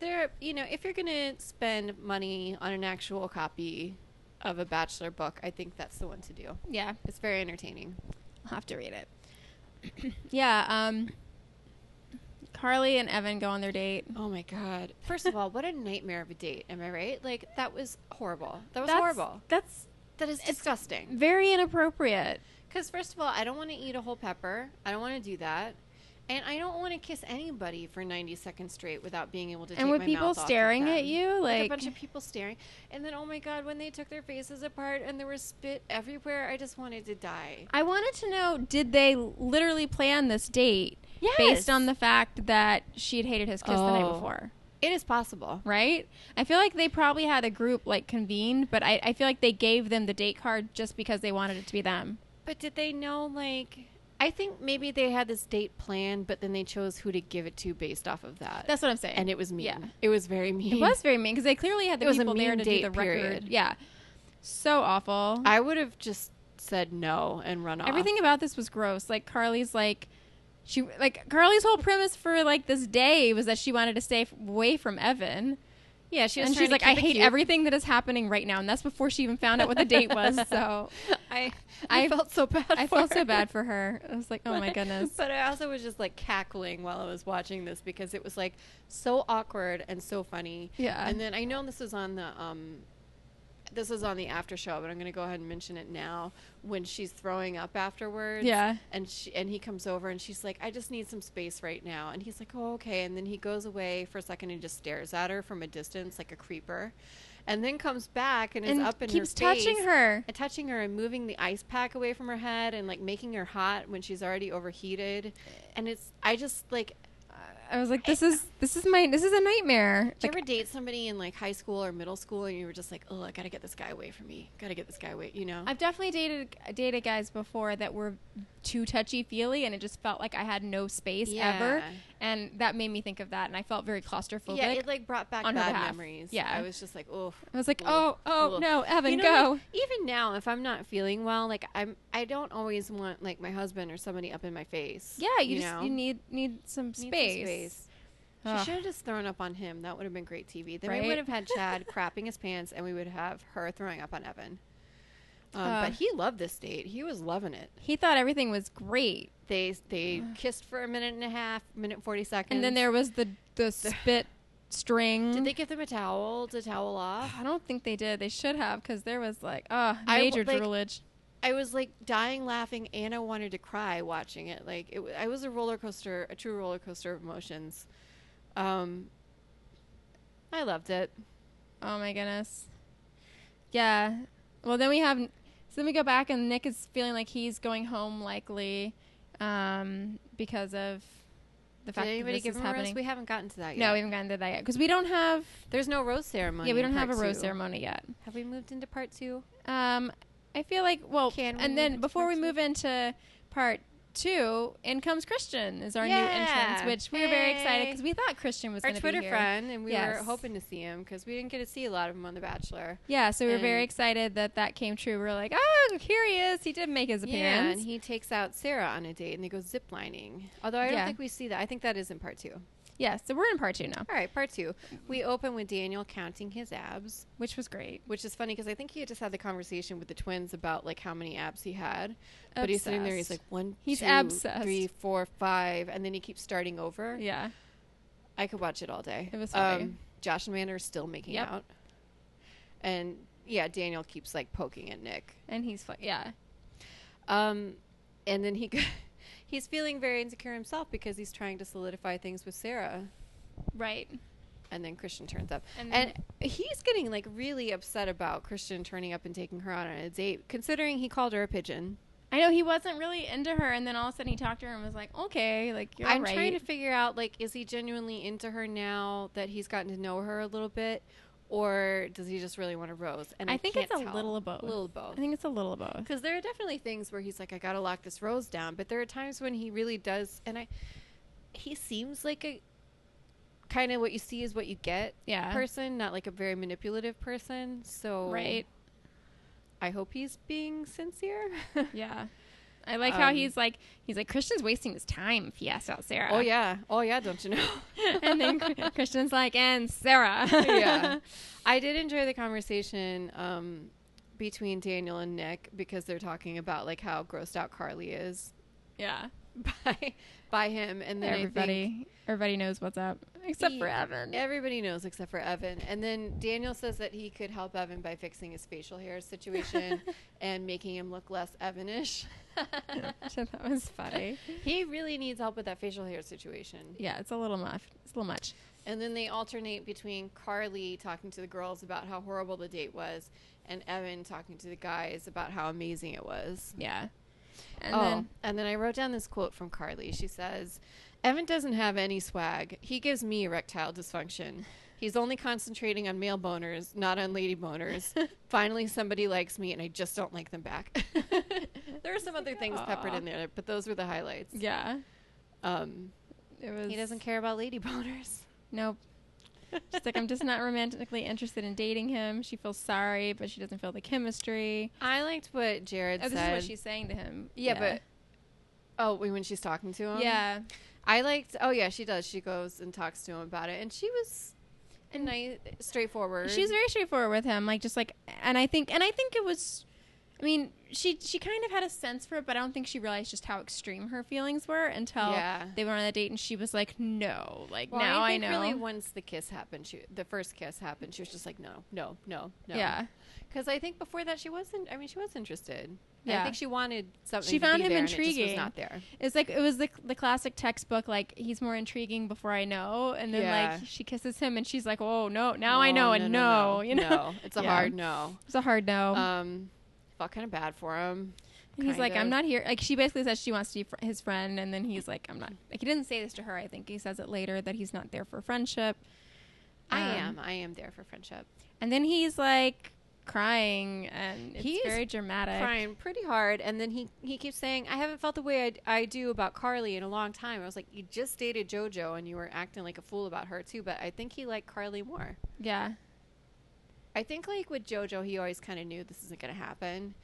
S2: there you know if you're gonna spend money on an actual copy of a bachelor book, I think that's the one to do.
S1: Yeah,
S2: It's very entertaining.
S1: I'll have to read it. yeah. Um, Carly and Evan go on their date.
S2: Oh my god! First of all, what a nightmare of a date. Am I right? Like that was horrible. That was
S1: That's-
S2: horrible.
S1: That's
S2: That is disgusting.
S1: very inappropriate.
S2: Because first of all, I don't want to eat a whole pepper. I don't want to do that, and I don't want to kiss anybody for ninety seconds straight without being able to.
S1: And
S2: take
S1: with
S2: my
S1: people
S2: mouth off of
S1: staring
S2: them.
S1: at you,
S2: Like,
S1: like,
S2: a bunch of people staring, and then oh my god, when they took their faces apart and there was spit everywhere, I just wanted to die.
S1: I wanted to know: did they literally plan this date
S2: Yes.
S1: based on the fact that she had hated his kiss the night
S2: Oh.
S1: before?
S2: It is possible.
S1: right? I feel like they probably had a group like convened, but I, I feel like they gave them the date card just because they wanted it to be them.
S2: But did they know like? I think maybe they had this date planned, but then they chose who to give it to based off of that.
S1: That's what I'm saying.
S2: and it was mean.
S1: Yeah.
S2: It was very mean.
S1: It was very mean because they clearly had the
S2: It was a
S1: people there
S2: mean
S1: to
S2: date,
S1: do the record.
S2: period.
S1: Yeah, so awful.
S2: I would have just said no and run off.
S1: Everything about this was gross. Like Carly's like. She like Carly's whole premise for like this day was that she wanted to stay f- away from Evan,
S2: Yeah, she was
S1: and
S2: trying
S1: she's
S2: to
S1: like, "I
S2: keep it
S1: hate
S2: cute.
S1: everything that is happening right now," and that's before she even found out what the date was. So
S2: I
S1: I-
S2: felt so bad.
S1: I felt so bad for her. I was like, "Oh my goodness!"
S2: But I also was just like cackling while I was watching this because it was like so awkward and so funny.
S1: Yeah.
S2: And then I know this is on the um, this is on the after show, but I'm gonna go ahead and mention it now. When she's throwing up afterwards.
S1: Yeah.
S2: And she and he comes over and she's like, I just need some space right now. And he's like, Oh okay. And then he goes away for a second and just stares at her from a distance like a creeper, and then comes back and,
S1: and
S2: is up in
S1: keeps
S2: her face.
S1: touching her.
S2: and touching her and moving the ice pack away from her head and like making her hot when she's already overheated and it's i just like
S1: I was like, this is this is my this is a nightmare.
S2: Did
S1: Like, uh,
S2: you ever date somebody in like high school or middle school and you were just like, oh, I gotta get this guy away from me. Gotta get this guy away, you know?
S1: I've definitely dated dated guys before that were too touchy feely, and it just felt like I had no space ever,
S2: Yeah.
S1: and that made me think of that, and I felt very claustrophobic.
S2: yeah, it like brought back
S1: on her
S2: bad
S1: behalf.
S2: memories.
S1: Yeah.
S2: I was just like, oh.
S1: I was like,
S2: Ugh.
S1: oh, oh
S2: Ugh.
S1: no, Evan,
S2: You know,
S1: go.
S2: like, even now, if I'm not feeling well, like I'm, I don't always want like my husband or somebody up in my face.
S1: yeah, you, just
S2: know?
S1: you need need some
S2: Need some
S1: space.
S2: She
S1: Ugh.
S2: should have just thrown up on him. That would have been great TV. Then we
S1: Right?
S2: would have had Chad crapping his pants, and we would have her throwing up on Evan. Um,
S1: Ugh.
S2: but he loved this date. He was loving it.
S1: He thought everything was great,
S2: They they kissed for a minute and a half, minute forty seconds,
S1: and then there was the the spit string.
S2: did they give them a towel to towel off?
S1: I don't think they did. They should have because there was like ah
S2: I w-
S1: major
S2: like-
S1: drillage.
S2: I was like dying laughing. Anna wanted to cry watching it. Like it, wa- I was a roller coaster, a true roller coaster of emotions. Um, I loved it.
S1: Oh my goodness. Yeah. Well, then we have. So then we go back, and Nick is feeling like he's going home likely, um, because of the fact that
S2: Did anybody
S1: this
S2: give
S1: is
S2: him a
S1: happening.
S2: rose? We haven't gotten to that yet.
S1: no, we haven't gotten to that yet because we don't have.
S2: There's no rose ceremony.
S1: yeah, we
S2: in
S1: don't have a
S2: part
S1: rose
S2: two.
S1: ceremony yet.
S2: Have we moved into part two?
S1: Um, I feel like well,
S2: Can we
S1: and
S2: move
S1: then
S2: into
S1: before we
S2: part two?
S1: move into part two, in comes Christian is our new entrance,
S2: Yeah.
S1: which we were very excited
S2: Hey.
S1: because we thought Christian was
S2: Our
S1: going to be
S2: Twitter
S1: here.
S2: friend, and we
S1: Yes.
S2: were hoping to see him because we didn't get to see a lot of him on The Bachelor.
S1: Yeah, so we were very
S2: And-
S1: excited that that came true. We were like, oh, here he is. He did make his
S2: Yeah,
S1: appearance.
S2: and he takes out Sarah on a date, and they go ziplining. Although I don't
S1: Yeah.
S2: think we see that. I think that is in part two.
S1: Yeah, so we're in part two now,
S2: All right, part two. We open with Daniel counting his abs.
S1: which was great.
S2: which is funny because I think he had just had the conversation with the twins about like how many abs he had. But he's sitting there, he's like
S1: Obsessed.
S2: one,
S1: He's
S2: two,
S1: obsessed.
S2: three, four, five, and then he keeps starting over.
S1: Yeah.
S2: I could watch it all day. Um,
S1: It was funny.
S2: Josh and Amanda are still making
S1: Yep.
S2: out, and yeah, Daniel keeps like poking at Nick.
S1: And he's like, yeah.
S2: Um, and then he he's feeling very insecure himself because he's trying to solidify things with Sarah.
S1: Right.
S2: and then Christian turns up.
S1: And
S2: And,
S1: then-
S2: he's getting like really upset about Christian turning up and taking her out on a date, considering he called her a pigeon.
S1: I know he wasn't really into her, and then all of a sudden he talked to her and was like, okay, like, you're
S2: I'm
S1: right.
S2: trying to figure out like, is he genuinely into her now that he's gotten to know her a little bit, or does he just really want a rose? And I,
S1: I think it's
S2: can't
S1: a
S2: tell.
S1: little of both.
S2: A little of
S1: I
S2: both.
S1: think it's a little of both.
S2: Because there are definitely things where he's like, I gotta lock this rose down, but there are times when he really does, and I, he seems like a kind of what you see is what you get
S1: Yeah.
S2: person, not like a very manipulative person. So
S1: Right.
S2: I hope he's being sincere.
S1: Yeah. I like how
S2: Um,
S1: he's like, he's like, Christian's wasting his time if he asks out Sarah.
S2: oh yeah, oh yeah, don't you know?
S1: and then Chr- Christian's like, and Sarah.
S2: yeah, I did enjoy the conversation um, between Daniel and Nick because they're talking about like how grossed out Carly is
S1: yeah.
S2: by by him, and then I think
S1: Everybody, everybody knows what's up E except
S2: he-
S1: for Evan.
S2: Everybody knows except for Evan. And then Daniel says that he could help Evan by fixing his facial hair situation and making him look less Evanish.
S1: So that was funny.
S2: he really needs help with that facial hair situation.
S1: Yeah, it's a little much. It's a little much.
S2: And then they alternate between Carly talking to the girls about how horrible the date was and Evan talking to the guys about how amazing it was.
S1: Yeah. And
S2: oh,
S1: then
S2: and then I wrote down this quote from Carly. She says, Evan doesn't have any swag. He gives me erectile dysfunction. He's only concentrating on male boners, not on lady boners. Finally, somebody likes me, and I just don't like them back. there are some other things peppered in there, but those were the highlights.
S1: Yeah,
S2: Um,
S1: it was.
S2: he doesn't care about lady boners.
S1: Nope. She's like, I'm just not romantically interested in dating him. She feels sorry, but she doesn't feel the chemistry.
S2: I liked what Jared
S1: Oh, this is
S2: said.
S1: what she's saying to him.
S2: Yeah, um, but oh, wait, when she's talking to him.
S1: yeah,
S2: I liked. Oh yeah, she does. She goes and talks to him about it, and she was a nice, straightforward.
S1: she's very straightforward with him. Like, just like, and I think, and I think it was. I mean, she she kind of had a sense for it, but I don't think she realized just how extreme her feelings were until
S2: Yeah.
S1: they went on a date, and she was like, "No, like
S2: Well,
S1: now I,
S2: think
S1: know."
S2: Really, once the kiss happened, she the first kiss happened, she was just like, no, no, no, no.
S1: Yeah,
S2: because I think before that she wasn't. I mean, she was interested. Yeah,
S1: Yeah.
S2: I think she wanted something.
S1: She
S2: to
S1: found
S2: be
S1: him
S2: there, and it just
S1: intriguing.
S2: was not there.
S1: It's like it was the the classic textbook. Like he's more intriguing before I know, and then
S2: Yeah.
S1: like she kisses him, and she's like, "Oh no, now I know,"
S2: Oh,
S1: and no, you know,
S2: no. Um, it's a
S1: Yeah.
S2: hard no.
S1: it's a hard no.
S2: Um, felt kind of bad for him.
S1: He's
S2: kind
S1: like,
S2: of.
S1: I'm not here. Like, she basically says she wants to be fr- his friend, and then he's like, I'm not. Like, he didn't say this to her. I think he says it later that he's not there for friendship.
S2: I
S1: Um,
S2: am. I am there for friendship.
S1: And then he's like crying, and it's
S2: He is
S1: very dramatic.
S2: Crying pretty hard, and then he he keeps saying, "I haven't felt the way I, d- I do about Carly in a long time." I was like, "You just dated JoJo, and you were acting like a fool about her too." But I think he liked Carly more.
S1: Yeah,
S2: I think like with JoJo, he always kind of knew this isn't gonna happen.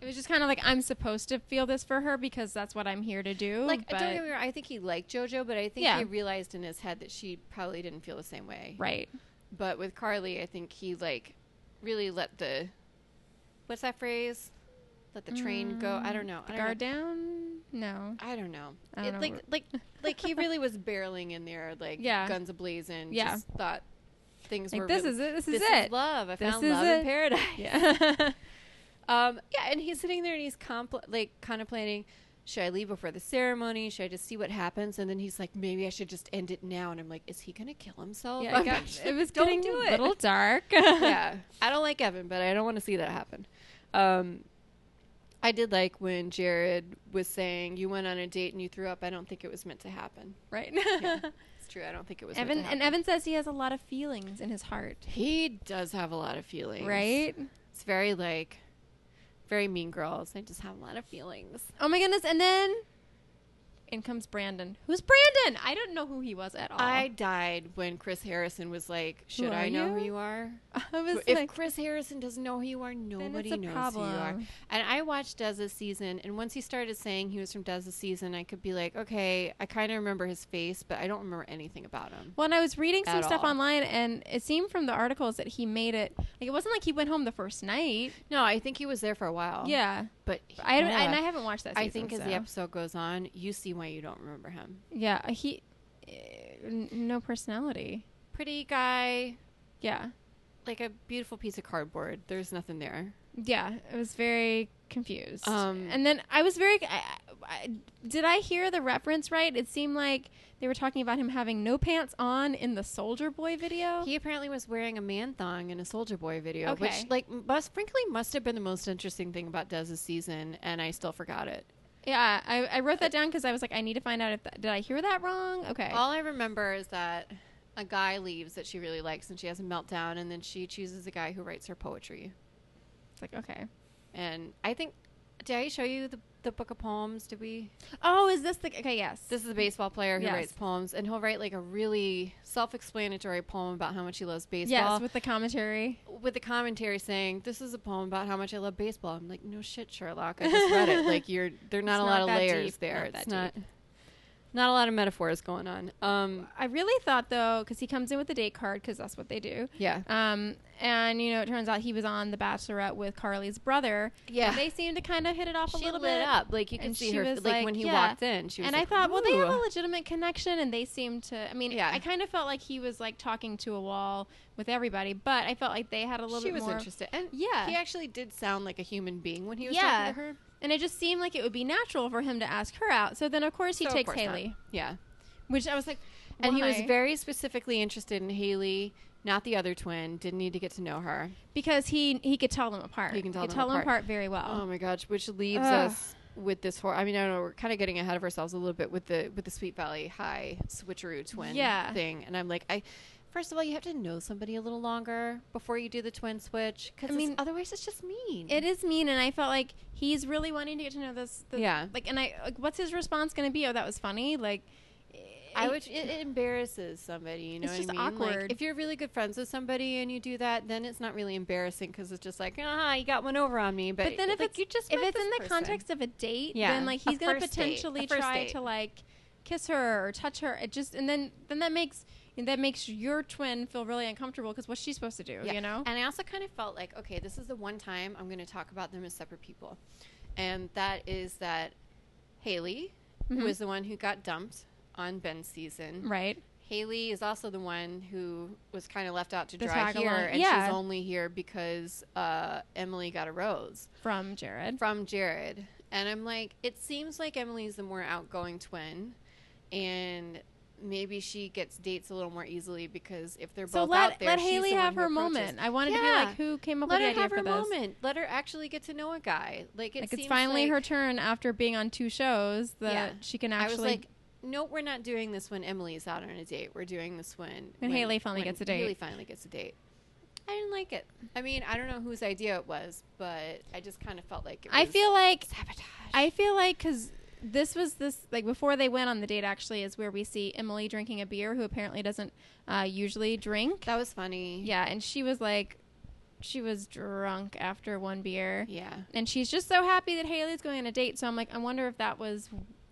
S1: it was just kind of like I'm supposed to feel this for her because that's what I'm here to do.
S2: Like
S1: but,
S2: don't get me wrong, I think he liked JoJo, but I think
S1: Yeah.
S2: he realized in his head that she probably didn't feel the same way.
S1: right?
S2: But with Carly, I think he like really let the what's that phrase? Let the train go. I don't know.
S1: The Mm,
S2: I don't know.
S1: guard down? No.
S2: I don't know.
S1: I don't
S2: It-
S1: know.
S2: Like like like he really was barreling in there, like
S1: Yeah.
S2: guns ablazing.
S1: Yeah.
S2: just thought things were
S1: Like this
S2: really-
S1: is it. This,
S2: this
S1: is it.
S2: love. I
S1: This
S2: found
S1: is
S2: love
S1: it.
S2: in paradise.
S1: Yeah.
S2: Um, yeah, and he's sitting there and he's compl- like contemplating, should I leave before the ceremony? Should I just see what happens? And then he's like, maybe I should just end it now. And I'm like, is he gonna kill himself?
S1: yeah, it,
S2: Like,
S1: got- it
S2: I'm-
S1: was
S2: don't
S1: getting
S2: do
S1: a
S2: it.
S1: little dark.
S2: yeah, I don't like Evan, but I don't want to see that happen. Um, I did like when Jared was saying you went on a date and you threw up. I don't think it was meant to happen.
S1: Right.
S2: It's true. I don't think it was.
S1: Evan
S2: meant to
S1: and
S2: happen.
S1: Evan says he has a lot of feelings in his heart.
S2: he does have a lot of feelings,
S1: Right?
S2: It's very like, very mean girls. They just have a lot of feelings.
S1: Oh my goodness. And then in comes Brandon. Who's Brandon? I don't know who he was at all.
S2: I died when Chris Harrison was like, "Should
S1: are
S2: I know
S1: you?"
S2: who you are?"
S1: I was
S2: if
S1: like,
S2: Chris Harrison doesn't know who you are, nobody
S1: a
S2: knows who you are.
S1: problem.
S2: And I watched Dez's season, and once he started saying he was from Dez's season, I could be like, okay, I kind of remember his face, but I don't remember anything about him.
S1: when I was reading some
S2: At
S1: stuff
S2: all.
S1: online, and it seemed from the articles that he made it like it wasn't like he went home the first night.
S2: No, I think he was there for a while.
S1: Yeah,
S2: but
S1: I haven't,
S2: Oh. yeah.
S1: and I haven't watched that.
S2: I
S1: season,
S2: think as
S1: so.
S2: the episode goes on, you see why you don't remember him.
S1: Yeah, he uh, n- no personality.
S2: Pretty guy,
S1: Yeah,
S2: like a beautiful piece of cardboard. There's nothing there.
S1: yeah, I was very confused.
S2: Um,
S1: and then I was very. I, I, did I hear the reference right? It seemed like they were talking about him having no pants on in the Soldier Boy video.
S2: He apparently was wearing a man thong in a Soldier Boy video,
S1: Okay.
S2: which, like, must frankly must have been the most interesting thing about Dez's season, and I still forgot it.
S1: yeah, I, I wrote that down because I was like, I need to find out if that, did I hear that wrong. Okay.
S2: All I remember is that a guy leaves that she really likes, and she has a meltdown, and then she chooses a guy who writes her poetry.
S1: it's like okay.
S2: And I think, did I show you the the book of poems? Did we?
S1: Oh, is this the okay? Yes.
S2: This is a baseball player who
S1: Yes.
S2: writes poems, and he'll write like a really self-explanatory poem about how much he loves baseball.
S1: yes, with the commentary.
S2: with the commentary saying, "This is a poem about how much I love baseball." I'm like, "No shit, Sherlock. I just read it. Like, you're there's not
S1: It's
S2: a
S1: not
S2: lot of
S1: that
S2: layers
S1: deep,
S2: there.
S1: not that
S2: it's not not a lot of metaphors going on." Um,
S1: I really thought though, because he comes in with the date card, because that's what they do.
S2: yeah,
S1: Um, and you know, it turns out he was on The Bachelorette with Carly's brother.
S2: Yeah.
S1: And they seemed to kind of hit it off a
S2: She
S1: little
S2: lit
S1: bit
S2: up. Like you can
S1: And
S2: see
S1: she
S2: her
S1: was
S2: like,
S1: like,
S2: when he
S1: yeah.
S2: walked in. She was
S1: And I
S2: like,
S1: thought, well, they have a
S2: "Ooh."
S1: legitimate connection, and they seemed to. I mean,
S2: Yeah.
S1: I kind of felt like he was like talking to a wall with everybody, but I felt like they had a little
S2: she
S1: bit
S2: was
S1: more.
S2: interested. And
S1: Yeah.
S2: he actually did sound like a human being when he was
S1: Yeah.
S2: talking to her.
S1: And it just seemed like it would be natural for him to ask her out. So then, of course, he
S2: So, of
S1: takes
S2: course not.
S1: Haley,
S2: Yeah.
S1: which I was like,
S2: And he was
S1: why?
S2: very specifically interested in Haley, not the other twin. Didn't need to get to know her.
S1: because he he could tell them apart.
S2: He can tell
S1: could
S2: them
S1: tell them
S2: apart.
S1: apart very well.
S2: Oh my gosh, which leaves
S1: Ugh.
S2: us with this whole. I mean, I don't know. We're kind of getting ahead of ourselves a little bit with the with the Sweet Valley High switcheroo twin
S1: Yeah.
S2: thing. And I'm like, I first of all, you have to know somebody a little longer before you do the twin switch. Because
S1: I mean,
S2: otherwise, it's just mean.
S1: It is mean, and I felt like he's really wanting to get to know this. The,
S2: Yeah.
S1: Like, and I like, what's his response going to be? Oh, that was funny. Like,
S2: I would. It, it embarrases somebody. You know
S1: It's
S2: what
S1: just
S2: I mean? Like,
S1: awkward.
S2: if you're really good friends with somebody and you do that, then it's not really embarrassing because it's just like, ah, you got one over on me. But,
S1: But then if
S2: like,
S1: it's
S2: you just
S1: if
S2: met
S1: it's in
S2: this
S1: the
S2: person.
S1: context of a date,
S2: Yeah.
S1: then like
S2: A
S1: he's going to
S2: first date. A
S1: potentially
S2: first
S1: try
S2: date.
S1: to like kiss her or touch her. It just and then then that makes that makes your twin feel really uncomfortable because what's she supposed to do?
S2: Yeah.
S1: You know?
S2: And I also kind of felt like, okay, this is the one time I'm going to talk about them as separate people. And that is that Haley
S1: Mhm.
S2: was the one who got dumped on Ben's season.
S1: right.
S2: Haley is also the one who was kind of left out to
S1: The
S2: dry
S1: tag
S2: here,
S1: along-
S2: and
S1: yeah.
S2: she's only here because uh, Emily got a rose
S1: From Jared.
S2: from Jared. And I'm like, it seems like Emily's the more outgoing twin, and maybe she gets dates a little more easily because if they're both
S1: So let
S2: out there,
S1: let
S2: she's
S1: Haley
S2: the one
S1: have
S2: who
S1: her
S2: approaches.
S1: moment. I wanted to be
S2: Yeah.
S1: like, who came up
S2: Let
S1: with
S2: her
S1: the idea
S2: have
S1: for
S2: her
S1: this?
S2: moment. Let her actually get to know a guy. Like it
S1: Like it's
S2: seems
S1: finally
S2: like-
S1: her turn after being on two shows that
S2: Yeah.
S1: she can
S2: I was
S1: actually.
S2: like, no, we're not doing this when Emily's out on a date. We're doing this when
S1: When Haley finally
S2: when
S1: gets a date.
S2: Haley finally gets a date. I didn't like it. I mean, I don't know whose idea it was, but I just kind of felt like it was
S1: I feel like
S2: sabotage.
S1: I feel like because this was this like before they went on the date actually is where we see Emily drinking a beer who apparently doesn't uh, usually drink.
S2: that was funny.
S1: yeah, and she was like, she was drunk after one beer,
S2: yeah.
S1: and she's just so happy that Haley's going on a date. So I'm like, I wonder if that was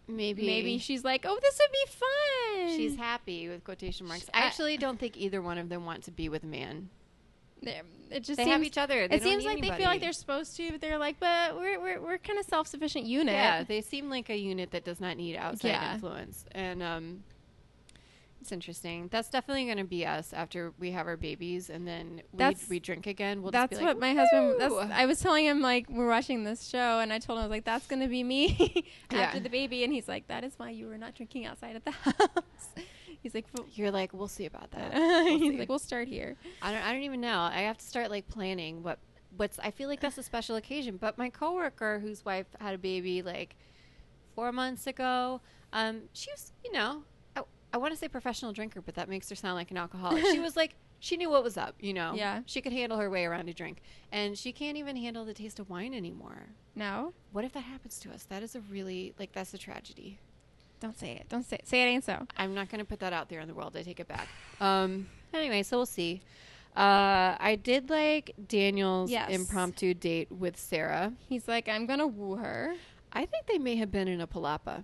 S2: Maybe
S1: maybe she's like, oh, this would be fun.
S2: she's happy with quotation marks.
S1: Sh-
S2: I
S1: I-
S2: actually don't think either one of them want to be with a man.
S1: They're- it just
S2: They
S1: seems
S2: have each other. They
S1: it
S2: don't
S1: seems
S2: need
S1: like they feel like
S2: anybody.
S1: they're supposed to, but they're like, but we're we're, we're kind of self sufficient unit.
S2: Yeah, they seem like a unit that does not need outside
S1: Yeah.
S2: influence. And um it's interesting. That's definitely going to be us after we have our babies and then we,
S1: That's-
S2: we drink again. We'll just
S1: that's
S2: be
S1: what
S2: like,
S1: my husband.
S2: "Woo!"
S1: That's, I was telling him like we're watching this show, and I told him I was like, "That's gonna be me after
S2: Yeah.
S1: the baby," and he's like, "That is why you were not drinking outside of the house." He's like, "Well,
S2: You're like, we'll see about that. We'll
S1: he's
S2: see."
S1: like, we'll start here."
S2: I don't I don't even know. I have to start like planning what what's I feel like that's a special occasion. But my coworker whose wife had a baby like 4 months ago, um she was, you know, I, I want to say professional drinker, but that makes her sound like an alcoholic. she was like she knew what was up, you know.
S1: Yeah.
S2: She could handle her way around a drink. And she can't even handle the taste of wine anymore.
S1: No,
S2: What if that happens to us? That is a really like that's a tragedy.
S1: don't say it. Don't say it. say it ain't so.
S2: I'm not going to put that out there in the world. I take it back. Um. Anyway, so we'll see. Uh, I did like Daniel's
S1: Yes.
S2: impromptu date with Sarah.
S1: He's like, "I'm gonna woo her."
S2: I think they may have been in a palapa.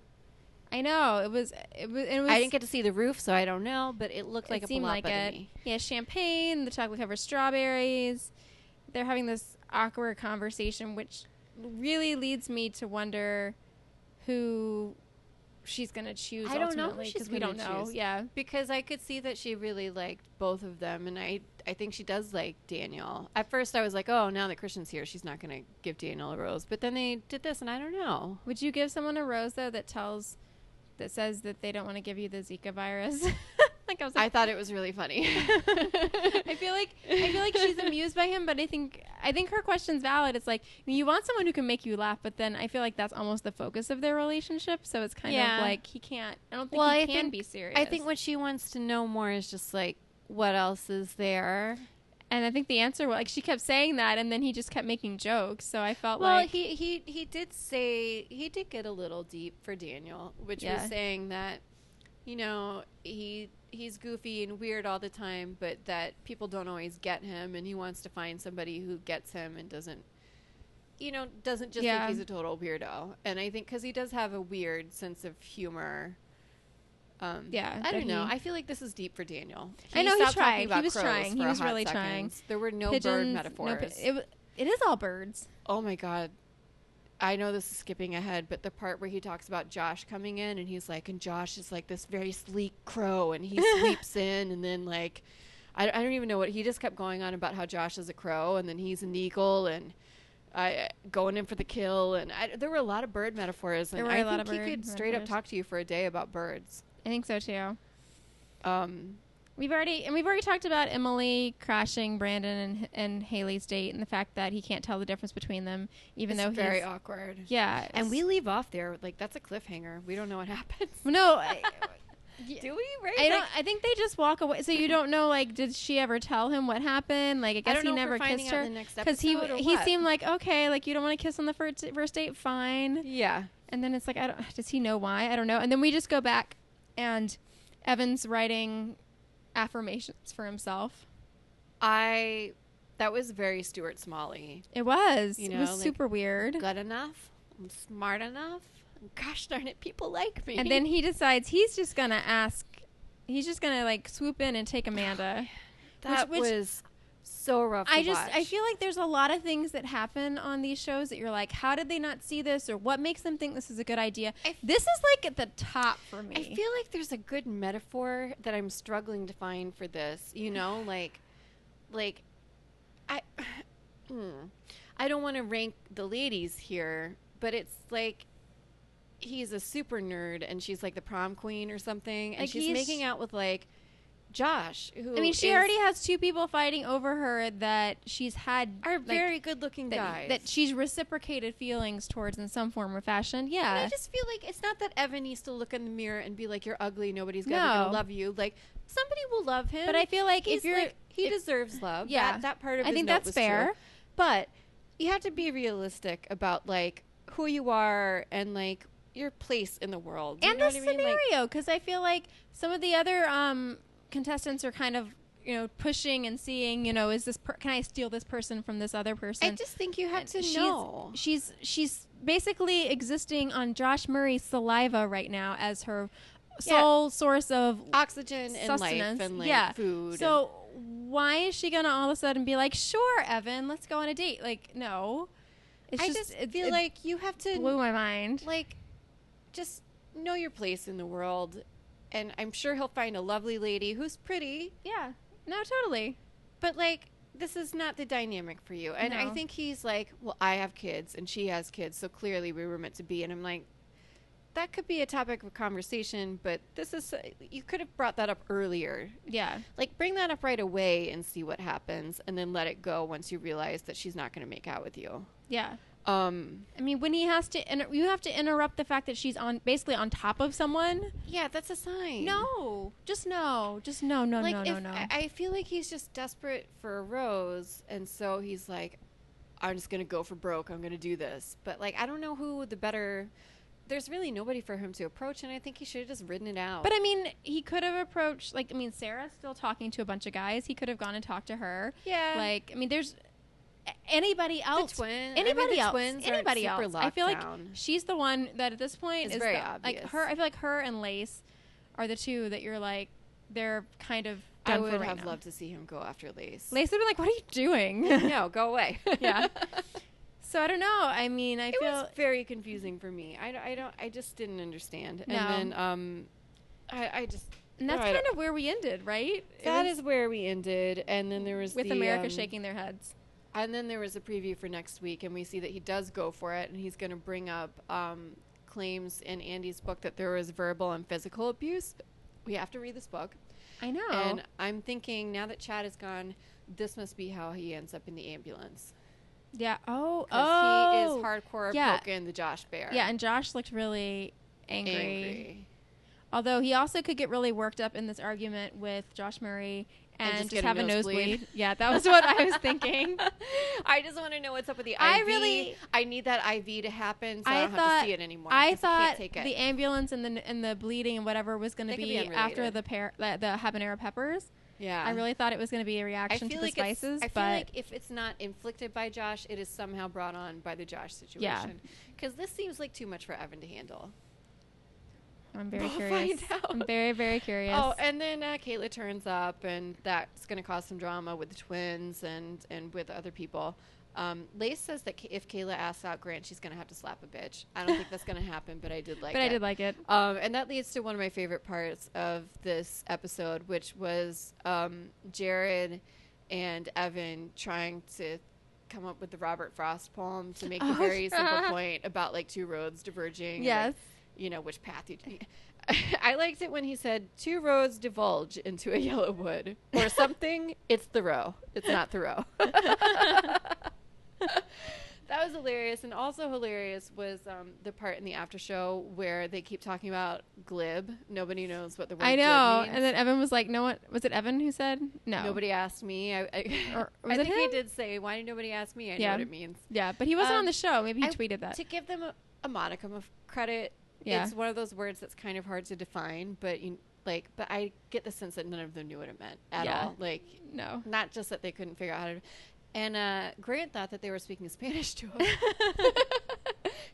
S1: I know it was it was it was.
S2: I didn't get to see the roof, so I don't know. But it looked like
S1: it
S2: a
S1: seemed like
S2: palapa to
S1: it.
S2: me.
S1: Yeah, champagne, the chocolate covered strawberries. They're having this awkward conversation, which really leads me to wonder who she's going to choose.
S2: I don't know who
S1: ultimately,
S2: she's
S1: 'cause we
S2: gonna
S1: don't know.
S2: choose.
S1: Yeah,
S2: Because I could see that she really liked both of them, and I I think she does like Daniel. At first, I was like, oh, now that Christian's here, she's not going to give Daniel a rose. But then they did this, and I don't know.
S1: would you give someone a rose though that tells that says that they don't want to give you the Zika virus? like I was like,
S2: I thought it was really funny.
S1: I feel like I feel like she's amused by him, but I think I think her question's valid. It's like you want someone who can make you laugh, but then I feel like that's almost the focus of their relationship. So it's kind
S2: Yeah.
S1: of like he can't. I don't think
S2: Well,
S1: he
S2: I
S1: can
S2: think-
S1: be serious.
S2: I think what she wants to know more is just like what else is there.
S1: and I think the answer was like she kept saying that, and then he just kept making jokes. So I felt
S2: Well,
S1: like
S2: he he he did say he did get a little deep for Daniel, which
S1: Yeah.
S2: was saying that you know he he's goofy and weird all the time, but that people don't always get him, and he wants to find somebody who gets him and doesn't. You know, doesn't just
S1: Yeah.
S2: think he's a total weirdo, and I think because he does have a weird sense of humor. Um,
S1: Yeah,
S2: I
S1: that
S2: don't know.
S1: he-
S2: I feel like this is deep for Daniel.
S1: I know he
S2: stopped talking
S1: tried. He
S2: about
S1: was
S2: crows
S1: trying. He
S2: for a
S1: was
S2: hot
S1: really trying.
S2: There were no
S1: pigeons-
S2: bird metaphors.
S1: No, pi- it, wa- it is all birds.
S2: Oh my god. I know this is skipping ahead, but the part where he talks about Josh coming in and he's like, and Josh is like this very sleek crow and he sleeps in and then like, I, I don't even know what he just kept going on about how Josh is a crow and then he's an eagle and I going in for the kill and I, there were a lot of bird metaphors and
S1: There were
S2: I
S1: a lot
S2: think
S1: of
S2: he
S1: bird
S2: could straight up
S1: metaphors.
S2: talk to you for a day about birds.
S1: I think so too.
S2: Um,
S1: We've already and we've already talked about Emily crashing Brandon and and Haley's date, and the fact that he can't tell the difference between them, even
S2: it's
S1: though
S2: very
S1: he's
S2: awkward.
S1: yeah.
S2: And we leave off there like that's a cliffhanger. We don't know what happens.
S1: no, I,
S2: Do we? Right?
S1: I
S2: Like,
S1: don't. I think they just walk away. So you don't know. Like, did she ever tell him what happened? Like, I guess
S2: don't
S1: he
S2: know if
S1: never
S2: we're finding
S1: kissed
S2: out in
S1: her
S2: the next
S1: he
S2: episode or
S1: he
S2: what.
S1: seemed like okay. Like you don't want to kiss on the first first date, fine.
S2: yeah.
S1: And then it's like, I don't. Does he know why? I don't know. And then we just go back, and Evan's writing affirmations for himself.
S2: I that was very Stuart Smalley.
S1: It was.
S2: You
S1: it was
S2: know, like-
S1: super weird.
S2: Good enough. I'm smart enough. Gosh darn it, people like me.
S1: And then he decides he's just gonna ask. He's just gonna like swoop in and take Amanda.
S2: that
S1: which- which-
S2: was so rough.
S1: I
S2: to
S1: just I
S2: watch.
S1: feel like there's a lot of things that happen on these shows that you're like, how did they not see this, or what makes them think this is a good idea?
S2: I f-
S1: this is like at the top for me.
S2: I feel like there's a good metaphor that I'm struggling to find for this. You know, like, like, I, hmm. I don't want to rank the ladies here, but it's like he's a super nerd and she's like the prom queen or something and
S1: Like,
S2: she's
S1: he's-
S2: making out with like Josh who
S1: I mean, she
S2: is-
S1: already has two people fighting over her that she's had
S2: are
S1: like,
S2: very good looking
S1: that,
S2: guys
S1: that she's reciprocated feelings towards in some form or fashion.
S2: And
S1: Yeah,
S2: I just feel like it's not that Evan needs to look in the mirror and be like, "You're ugly. Nobody's gonna,
S1: No.
S2: gonna love you." Like somebody will love him.
S1: but I feel like
S2: He's
S1: if you're
S2: like, he
S1: if-
S2: deserves love.
S1: Yeah.
S2: that, that part of
S1: I
S2: his
S1: think
S2: note
S1: that's
S2: was true.
S1: fair.
S2: But you have to be realistic about like who you are and like your place in the world You
S1: and
S2: know
S1: the
S2: what I mean? Like,
S1: scenario because I feel like some of the other um, contestants are kind of you know pushing and seeing you know is this per- can I steal this person from this other person?
S2: I just think you have to
S1: she's,
S2: know.
S1: she's she's basically existing on Josh Murray's saliva right now as her
S2: Yeah.
S1: sole source of
S2: Oxygen and life
S1: sustenance.
S2: and like
S1: yeah.
S2: food. and-
S1: So why is she gonna all of a sudden be like, "Sure, Evan, let's go on a date"? Like, no. It's
S2: I
S1: just,
S2: just
S1: it,
S2: feel
S1: it
S2: like you have to
S1: blew my mind.
S2: like just know your place in the world and i'm sure he'll find a lovely lady who's pretty
S1: Yeah. No, totally.
S2: but like this is not the dynamic for you and i
S1: No.
S2: think he's like well i have kids and she has kids so clearly we were meant to be and i'm like that could be a topic of conversation but this is uh, you could have brought that up earlier
S1: Yeah.
S2: like bring that up right away and see what happens and then let it go once you realize that she's not going to make out with you
S1: Yeah.
S2: um
S1: I mean, when he has to, inter- you have to interrupt the fact that she's on basically on top of someone.
S2: yeah that's a sign
S1: No, just no, just no, no,
S2: like
S1: Oh, no,
S2: if
S1: no, no.
S2: I, I feel like he's just desperate for a rose and so he's like i'm just gonna go for broke i'm gonna do this but like i don't know who the better there's really nobody for him to approach and i think he should have just ridden it out
S1: but I mean, he could have approached. Like, I mean, Sarah's still talking to a bunch of guys. He could have gone and talked to her.
S2: yeah
S1: Like, I mean, there's a- anybody else.
S2: twin- I mean,
S1: Anybody
S2: the
S1: else?
S2: twins aren't
S1: anybody
S2: super
S1: else? I
S2: locked
S1: feel like
S2: down.
S1: she's the one that at this point
S2: It's
S1: is
S2: very
S1: the- like
S2: obvious.
S1: her. I feel like her and Lace are the two that you're like they're kind of.
S2: i
S1: done for
S2: would
S1: right
S2: have
S1: now.
S2: loved to see him go after lace
S1: Lace would be like, "What are you doing?"
S2: no go away
S1: Yeah. So I don't know. I mean, I
S2: it
S1: feel
S2: was very confusing for me I, d- I don't i just didn't understand
S1: No.
S2: and then um i, I just
S1: And that's
S2: I don't-
S1: kind of where we ended, right? It
S2: that
S1: was
S2: is where we ended and then there was
S1: with
S2: the,
S1: America
S2: um,
S1: shaking their heads.
S2: And then there was a preview for next week, and we see that he does go for it, and he's going to bring up um, claims in Andy's book that there was verbal and physical abuse. We have to read this book.
S1: I know.
S2: And I'm thinking now that Chad is gone, this must be how he ends up in the ambulance.
S1: yeah. Oh.
S2: 'Cause
S1: Oh.
S2: he is hardcore
S1: Yeah.
S2: poking the Josh Bear.
S1: Yeah, and Josh looked really angry.
S2: angry.
S1: Although he also could get really worked up in this argument with Josh Murray
S2: And
S1: and,
S2: just
S1: just,
S2: get a
S1: have a
S2: nosebleed.
S1: nosebleed. Yeah, that was what I was thinking.
S2: I just want to know what's up with the IV.
S1: I really-
S2: I need that IV to happen so I,
S1: I
S2: don't have
S1: thought-
S2: to see it anymore.
S1: I
S2: 'cause can't
S1: thought
S2: take it.
S1: the ambulance and the and the bleeding and whatever was going
S2: They
S1: to
S2: could
S1: be,
S2: be
S1: after
S2: unrelated.
S1: the pear, the, the habanero peppers.
S2: yeah.
S1: I really thought it was going to be a reaction to the
S2: it's-
S1: spices,
S2: I feel
S1: but
S2: like if it's not inflicted by Josh, it is somehow brought on by the Josh situation. Because this seems like too much for Evan to handle.
S1: I'm very
S2: We'll
S1: curious.
S2: find out.
S1: I'm very very curious.
S2: Oh, and then uh, Kayla turns up, and that's going to cause some drama with the twins and and with other people. Um, Lace says that K- if Kayla asks out Grant, she's going to have to slap a bitch. I don't think that's going to happen, but I did like
S1: but
S2: it.
S1: I did like it.
S2: Um, and that leads to one of my favorite parts of this episode, which was um, Jared and Evan trying to come up with the Robert Frost poem to make a
S1: Oh,
S2: very simple
S1: yeah.
S2: point about like two roads diverging. and,
S1: Yes.
S2: like, you know, which path you. I liked it when he said, two roads divulge into a yellow wood or something. it's Thoreau. It's not Thoreau. That was hilarious, and also hilarious was um, the part in the after show where they keep talking about glib. Nobody knows what the word
S1: I know.
S2: glib means.
S1: And then Evan was like, "No one was it Evan who said no?"
S2: nobody asked me. I, I,
S1: Or
S2: I
S1: was it
S2: think he
S1: him?
S2: did say, "Why did nobody ask me?" I know
S1: Yeah.
S2: what it means.
S1: Yeah, but he wasn't
S2: Um,
S1: on the show. Maybe he
S2: I-
S1: tweeted that.
S2: To give them a, a modicum of credit,
S1: Yeah.
S2: it's one of those words that's kind of hard to define, but you like. But I get the sense that none of them knew what it meant at
S1: Yeah.
S2: all. Like,
S1: no.
S2: not just that they couldn't figure out how to. And uh, Grant thought that they were speaking Spanish to him.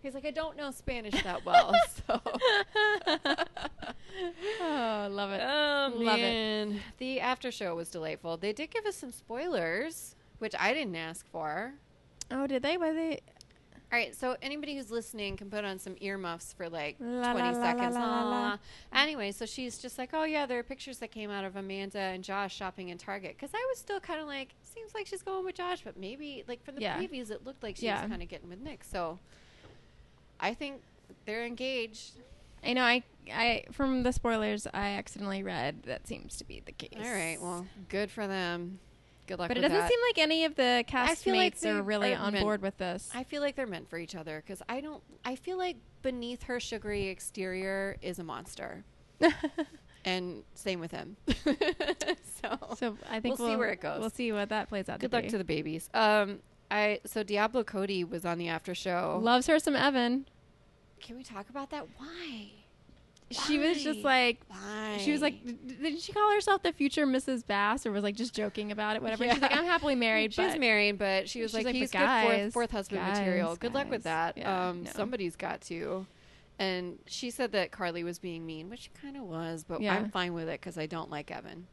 S2: He's like, I don't know Spanish that well, so.
S1: Oh, love it.
S2: Um, Love it. The after show was delightful. They did give us some spoilers, which I didn't ask for.
S1: Oh, did they? Were they?
S2: All right, so anybody who's listening can put on some earmuffs for like
S1: La,
S2: 20
S1: la, la,
S2: seconds.
S1: la, la, la, la.
S2: Anyway, so she's just like, oh, yeah, there are pictures that came out of Amanda and Josh shopping in Target. Because I was still kind of like, seems like she's going with Josh, but maybe, like, from the
S1: Yeah.
S2: previews, it looked like she
S1: Yeah.
S2: was kind of getting with Nick. So I think they're engaged.
S1: I know. I I from the spoilers I accidentally read that seems to be the case.
S2: All right. Well, good for them. Good luck.
S1: but it
S2: with
S1: doesn't
S2: that.
S1: seem like any of the
S2: feel like
S1: castmates
S2: they
S1: are really
S2: are
S1: on
S2: meant-
S1: board with this.
S2: I feel like they're meant for each other because I don't. I feel like beneath her sugary exterior is a monster, and same with him. so,
S1: so I think
S2: We'll see where it goes.
S1: We'll see what that plays out.
S2: good luck
S1: be.
S2: to the babies. Um, I so Diablo Cody was on the after show.
S1: Loves her some Evan.
S2: Can we talk about that? Why?
S1: She was just like
S2: Why?
S1: she was like d- d- did she call herself the future Mrs. Bass or was like just joking about it whatever. She's like
S2: Yeah.
S1: I'm happily married
S2: She's
S1: but
S2: married, but she was
S1: She's
S2: like,
S1: like, but
S2: he's good fourth,
S1: guys,
S2: fourth husband
S1: guys,
S2: material. Good luck with
S1: guys.
S2: that.
S1: Yeah,
S2: um,
S1: no.
S2: Somebody's got to. And she said that Carly was being mean, which she kind of was, but
S1: Yeah.
S2: I'm fine with it because I don't like Evan.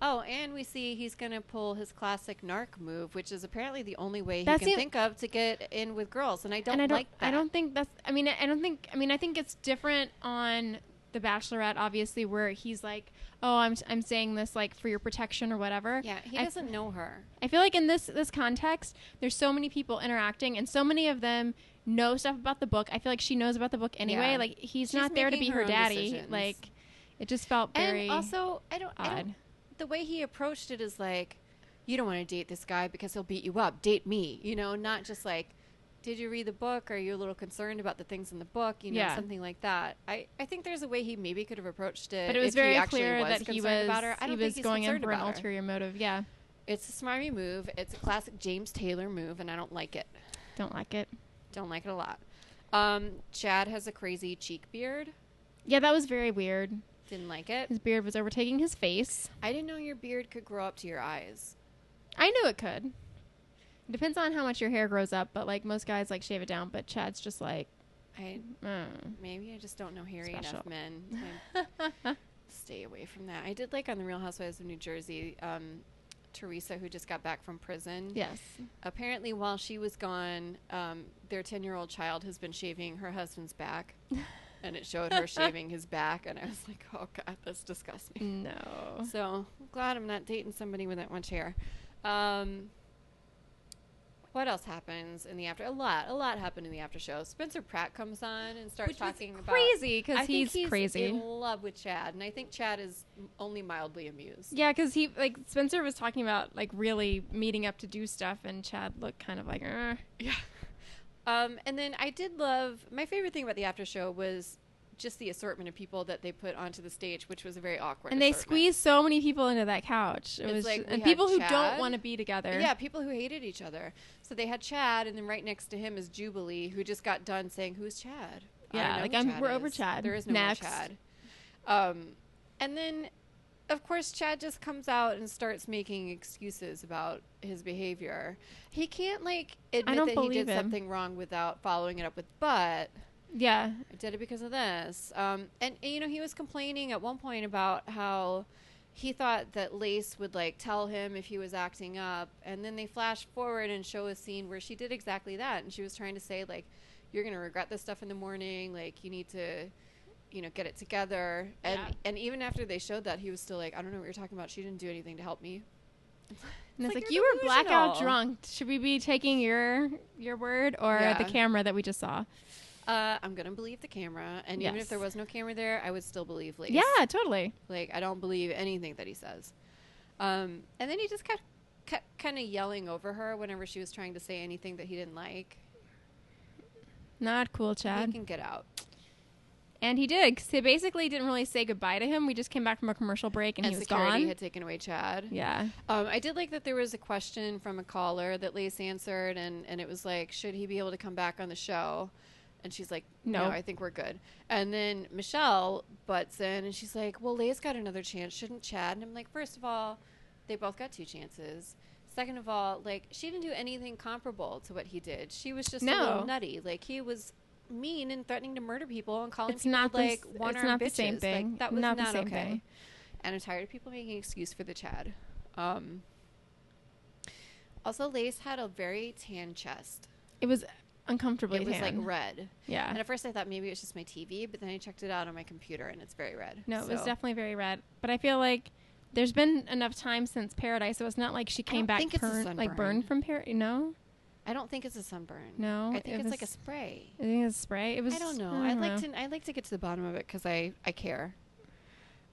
S2: Oh, and we see he's going to pull his classic narc move, which is apparently the only way he
S1: That
S2: can
S1: seem-
S2: think of to get in with girls. And I don't,
S1: and I don't
S2: like that.
S1: I don't think that's I mean I don't think I mean I think it's different on the Bachelorette obviously where he's like oh I'm I'm saying this like for your protection or whatever.
S2: Yeah, he
S1: I-
S2: doesn't know her.
S1: I feel like in this this context, there's so many people interacting, and so many of them know stuff about the book. I feel like she knows about the book anyway.
S2: Yeah.
S1: Like he's
S2: She's
S1: not there to
S2: making
S1: be
S2: her
S1: her,
S2: own
S1: daddy.
S2: decisions.
S1: Like it just felt very
S2: and also I don't, I don't
S1: odd.
S2: the way he approached it is like you don't want to date this guy because he'll beat you up date me you know not just like did you read the book are you a little concerned about the things in the book you know
S1: Yeah.
S2: something like that I, I think there's a way he maybe could have approached it
S1: But it was
S2: if
S1: very
S2: he actually
S1: clear
S2: was
S1: that
S2: concerned
S1: he was
S2: about her. I don't
S1: he was
S2: think he's
S1: going in
S2: concerned
S1: for an
S2: about her.
S1: ulterior motive. Yeah,
S2: it's a smarmy move it's a classic James Taylor move and I don't like it
S1: don't like it.
S2: don't like it a lot um, Chad has a crazy cheek beard
S1: Yeah, that was very weird.
S2: didn't like it
S1: His beard was overtaking his face.
S2: I didn't know your beard could grow up to your eyes
S1: I knew it could. It depends on how much your hair grows up, but like most guys like shave it down, but Chad's just like.
S2: I
S1: mm.
S2: Maybe I just don't know hairy enough
S1: Special.
S2: men. I stay away from that. I did like on the Real Housewives of New Jersey, um, Teresa, who just got back from prison.
S1: Yes.
S2: Apparently, while she was gone, um, their ten-year-old child has been shaving her husband's back, and it showed her shaving his back, and I was like, "Oh God, that's disgusting."
S1: No.
S2: So I'm glad I'm not dating somebody with that much hair. Um, what else happens in the after? A lot, a lot happened in the after show. Spencer Pratt comes on and starts
S1: Which was
S2: talking about
S1: crazy
S2: I
S1: because
S2: think
S1: he's, crazy.
S2: in love with Chad, and I think Chad is m- only mildly amused.
S1: Yeah, because he like Spencer was talking about like really meeting up to do stuff, and Chad looked kind of like, "Eh."
S2: Yeah. Um, and then I did love my favorite thing about the after show was just the assortment of people that they put onto the stage, which was a very awkward.
S1: and they
S2: assortment.
S1: squeezed so many people into that couch. It
S2: It's
S1: was
S2: like
S1: just-
S2: we
S1: and
S2: had
S1: people who
S2: Chad.
S1: don't want to be together.
S2: Yeah, people who hated each other. So they had Chad, and then right next to him is Jubilee, who just got done saying, "Who's Chad?" I
S1: Yeah,
S2: know
S1: like,
S2: who
S1: I'm- we're over
S2: is.
S1: Chad.
S2: There is no
S1: Next.
S2: more Chad. Um, and then, of course, Chad just comes out and starts making excuses about his behavior. He can't like admit
S1: don't
S2: that he did
S1: believe him.
S2: something wrong without following it up with "but."
S1: yeah,
S2: I did it because of this. Um, and, and, you know, he was complaining at one point about how he thought that Lace would like tell him if he was acting up, and then they flash forward and show a scene where she did exactly that, and she was trying to say like, "You're gonna regret this stuff in the morning. Like, you need to." You know, get it together, and
S1: Yeah.
S2: and even after they showed that, he was still like, "I don't know what you're talking about. She didn't do anything to help me."
S1: and it's
S2: like
S1: like,
S2: you're
S1: you were blackout
S2: delusional."
S1: drunk. Should we be taking your your word or
S2: Yeah.
S1: the camera that we just saw?
S2: Uh, I'm gonna believe the camera, and even
S1: Yes.
S2: if there was no camera there, I would still believe Lace.
S1: Yeah, totally.
S2: Like I don't believe anything that he says. Um, and then he just kept, kept kind of yelling over her whenever she was trying to say anything that he didn't like.
S1: Not cool,
S2: He
S1: Chad.
S2: can get out.
S1: and he did. 'cause he basically didn't really say goodbye to him. We just came back from a commercial break, and,
S2: And
S1: he was
S2: security
S1: gone.
S2: had taken away Chad.
S1: yeah,
S2: Um, I did like that there was a question from a caller that Lace answered, and, and it was like, should he be able to come back on the show? And she's like, no,
S1: No.
S2: I think we're good. And then Michelle butts in, and she's like, well, Lace got another chance. Shouldn't Chad? And I'm like, first of all, they both got two chances. Second of all, like, she didn't do anything comparable to what he did. She was just a
S1: No.
S2: little nutty. Like, he was mean and threatening to murder people and calling
S1: It's
S2: people
S1: not the
S2: like
S1: s-
S2: one
S1: it's not the
S2: bitches.
S1: same
S2: Like,
S1: thing.
S2: that was not,
S1: Not the same
S2: okay
S1: thing.
S2: and I'm tired of people making excuse for the Chad. Um, also, Lace had a very tan chest.
S1: it was uncomfortably
S2: it was
S1: tan.
S2: like red,
S1: yeah,
S2: and at first I thought maybe it's just my TV, but then I checked it out on my computer, and it's very red.
S1: No, it was
S2: So-
S1: definitely very red. But I feel like there's been enough time since Paradise, so it's not like she
S2: don't
S1: came back
S2: think it's a
S1: burn- like
S2: sunburn.
S1: burned from Paradise. No,
S2: I don't think it's a sunburn.
S1: No,
S2: I think
S1: it
S2: it's like a
S1: was-
S2: spray.
S1: I think it's spray. It was.
S2: I don't know. I'd like to. I'd like to get to the bottom of it because I I care.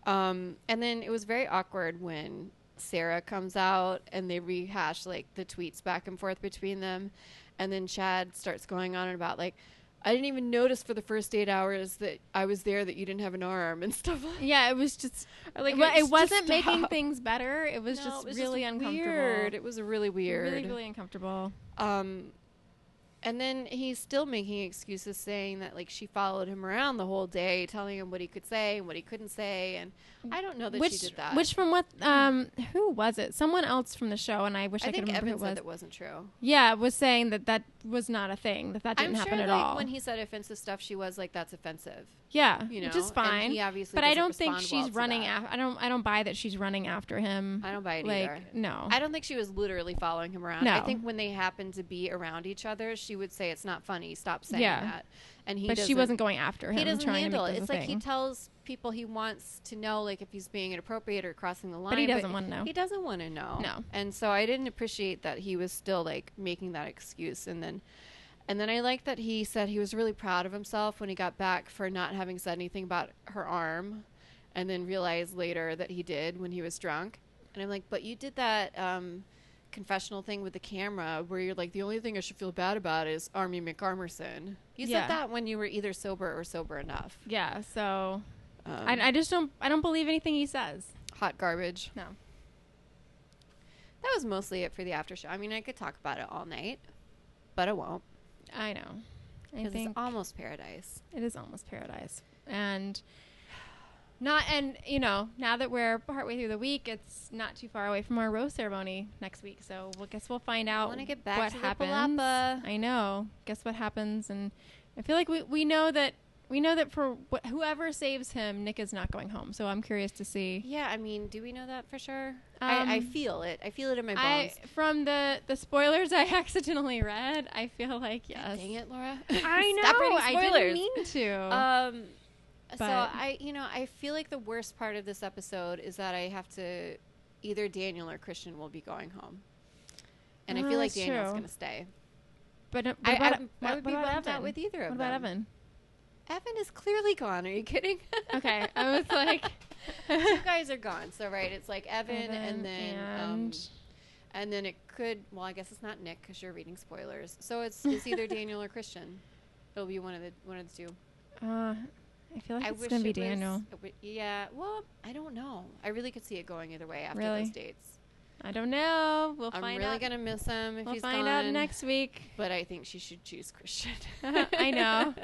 S2: Um, and then it was very awkward when Sarah comes out and they rehash like the tweets back and forth between them, and then Chad starts going on and about like, I didn't even notice for the first eight hours that I was there that you didn't have an arm and stuff. Like,
S1: Yeah, it was just.
S2: I like
S1: it, wa-
S2: it.
S1: it
S2: Just
S1: wasn't making
S2: stop.
S1: things better. It was
S2: No,
S1: just
S2: it was
S1: really uncomfortable.
S2: Weird. It was really weird.
S1: Really, really uncomfortable.
S2: Um, and then he's still making excuses, saying that like she followed him around the whole day, telling him what he could say and what he couldn't say. And I don't know that
S1: which,
S2: she did that.
S1: which from what? Um, who was it? Someone else from the show, and I wish I,
S2: Hmm. I
S1: could
S2: think
S1: remember
S2: Evan
S1: who it was.
S2: said that wasn't true.
S1: yeah, was saying that that was not a thing. That that didn't
S2: I'm sure
S1: happen at
S2: like
S1: all.
S2: when he said offensive stuff, she was like, "That's offensive."
S1: yeah,
S2: you
S1: which
S2: know,
S1: is
S2: and
S1: fine.
S2: he obviously
S1: but I
S2: doesn't
S1: don't think
S2: respond
S1: she's
S2: well to
S1: running
S2: that.
S1: after. I don't. I don't buy that she's running after him.
S2: I don't buy it
S1: like,
S2: either.
S1: No.
S2: I don't think she was literally following him around. I
S1: Oh. No.
S2: think when they happened to be around each other, she would say, "It's not funny. Stop saying
S1: Yeah.
S2: that." And he
S1: but she
S2: doesn't-
S1: wasn't going after him.
S2: He doesn't
S1: trying
S2: handle
S1: to
S2: it.
S1: make
S2: It's
S1: this a
S2: like he
S1: thing.
S2: tells people he wants to know, like if he's being inappropriate or crossing the line.
S1: he doesn't wanna know.
S2: He doesn't want to know.
S1: No.
S2: And so I didn't appreciate that he was still like making that excuse, and then, and then I like that he said he was really proud of himself when he got back for not having said anything about her arm, and then realized later that he did when he was drunk. And I'm like, but you did that. Um, confessional thing with the camera where you're like the only thing i should feel bad about is army mcarmerson you
S1: Yeah.
S2: said that when you were either sober or sober enough
S1: yeah. So
S2: um,
S1: I, I just don't. I don't believe anything he says.
S2: hot garbage.
S1: No.
S2: That was mostly it for the after show. I mean, I could talk about it all night, but I won't
S1: I know. I
S2: because it's
S1: think
S2: almost paradise.
S1: it is almost paradise, and not and you know now that we're partway through the week, it's not too far away from our rose ceremony next week. So we'll guess we'll find out
S2: wanna get back
S1: what
S2: to the
S1: happens.
S2: palapa.
S1: I know. Guess what happens, and I feel like we we know that. We know that for wh- whoever saves him, Nick is not going home. So I'm curious to see.
S2: Yeah, I mean, do we know that for sure? I, I
S1: Um,
S2: feel it. I feel it in my
S1: I
S2: bones.
S1: from the the spoilers I accidentally read, I feel like yes.
S2: Dang it, Laura!
S1: I know.
S2: Stop reading
S1: I
S2: spoilers.
S1: didn't mean to.
S2: Um, so
S1: But-
S2: I, you know, I feel like the worst part of this episode is that I have to either Daniel or Christian will be going home, and I
S1: Oh,
S2: feel like
S1: that's
S2: Daniel's
S1: true.
S2: going to stay.
S1: But uh,
S2: I-
S1: what about,
S2: I- I would be
S1: about
S2: bummed out with either of
S1: what about
S2: them.
S1: Evan?
S2: Evan is clearly gone. Are you kidding?
S1: Okay, I was like,
S2: two guys are gone. So right, it's like Evan, and
S1: Evan
S2: then Um,
S1: and-
S2: and then it could. Well, I guess it's not Nick because you're reading spoilers. So it's it's either Daniel or Christian. It'll be one of the one of the two.
S1: uh, I feel like
S2: um, I
S1: it's
S2: wish
S1: gonna be
S2: it was-
S1: Daniel.
S2: it wa- yeah. Well, I don't know. I really could see it going either way after
S1: Really?
S2: those dates.
S1: I don't know. We'll
S2: I'm
S1: find
S2: really
S1: out.
S2: gonna miss him if
S1: we'll
S2: he's
S1: find
S2: gone.
S1: out next week.
S2: But I think she should choose Christian.
S1: I know.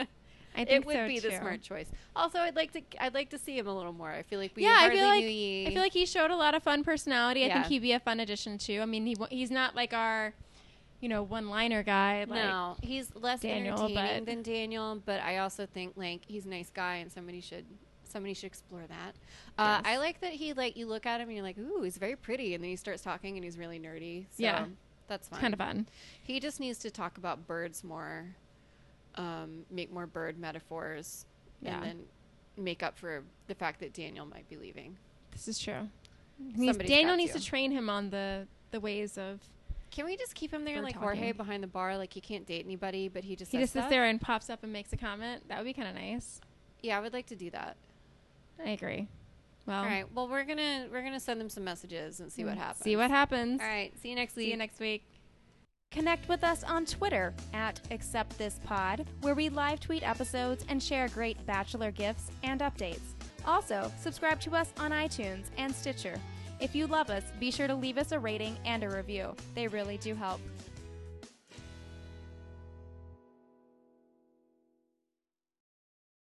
S1: I think
S2: it would
S1: so
S2: be
S1: too.
S2: the smart choice. Also, I'd like to I'd like to see him a little more. I feel like we
S1: yeah, I
S2: hardly
S1: feel like
S2: knew ye.
S1: I feel like he showed a lot of fun personality. I think
S2: Yeah.
S1: he'd be a fun addition too. I mean, he wa- he's not like our, you know, one-liner guy. Like,
S2: no, he's less
S1: Daniel,
S2: entertaining
S1: but-
S2: than Daniel, but I also think like he's a nice guy, and somebody should somebody should explore that. Uh,
S1: Yes.
S2: I like that he like you look at him and you're like, ooh, he's very pretty, and then he starts talking and he's really nerdy. So
S1: Yeah.
S2: that's fun.
S1: It's kind of fun.
S2: He just needs to talk about birds more, um, make more bird metaphors,
S1: Yeah.
S2: and then make up for the fact that Daniel might be leaving.
S1: This is true. He needs-
S2: Somebody's
S1: Daniel
S2: got
S1: needs
S2: to.
S1: to train him on the the ways of.
S2: Can we just keep him there
S1: Bird
S2: like Jorge
S1: talking.
S2: behind the bar? Like he can't date anybody, but he just
S1: He
S2: says
S1: just sits
S2: stuff?
S1: there and pops up and makes a comment. That would be kind of nice.
S2: Yeah, I would like to do that.
S1: I agree. Well,
S2: All right. Well, we're gonna we're gonna send them some messages and see what
S1: Um, mm,
S2: happens.
S1: See what happens.
S2: All right. See you next week.
S1: See you next week.
S3: Connect with us on Twitter at AcceptThisPod, where we live tweet episodes and share great Bachelor gifts and updates. Also, subscribe to us on iTunes and Stitcher. If you love us, be sure to leave us a rating and a review. They really do help.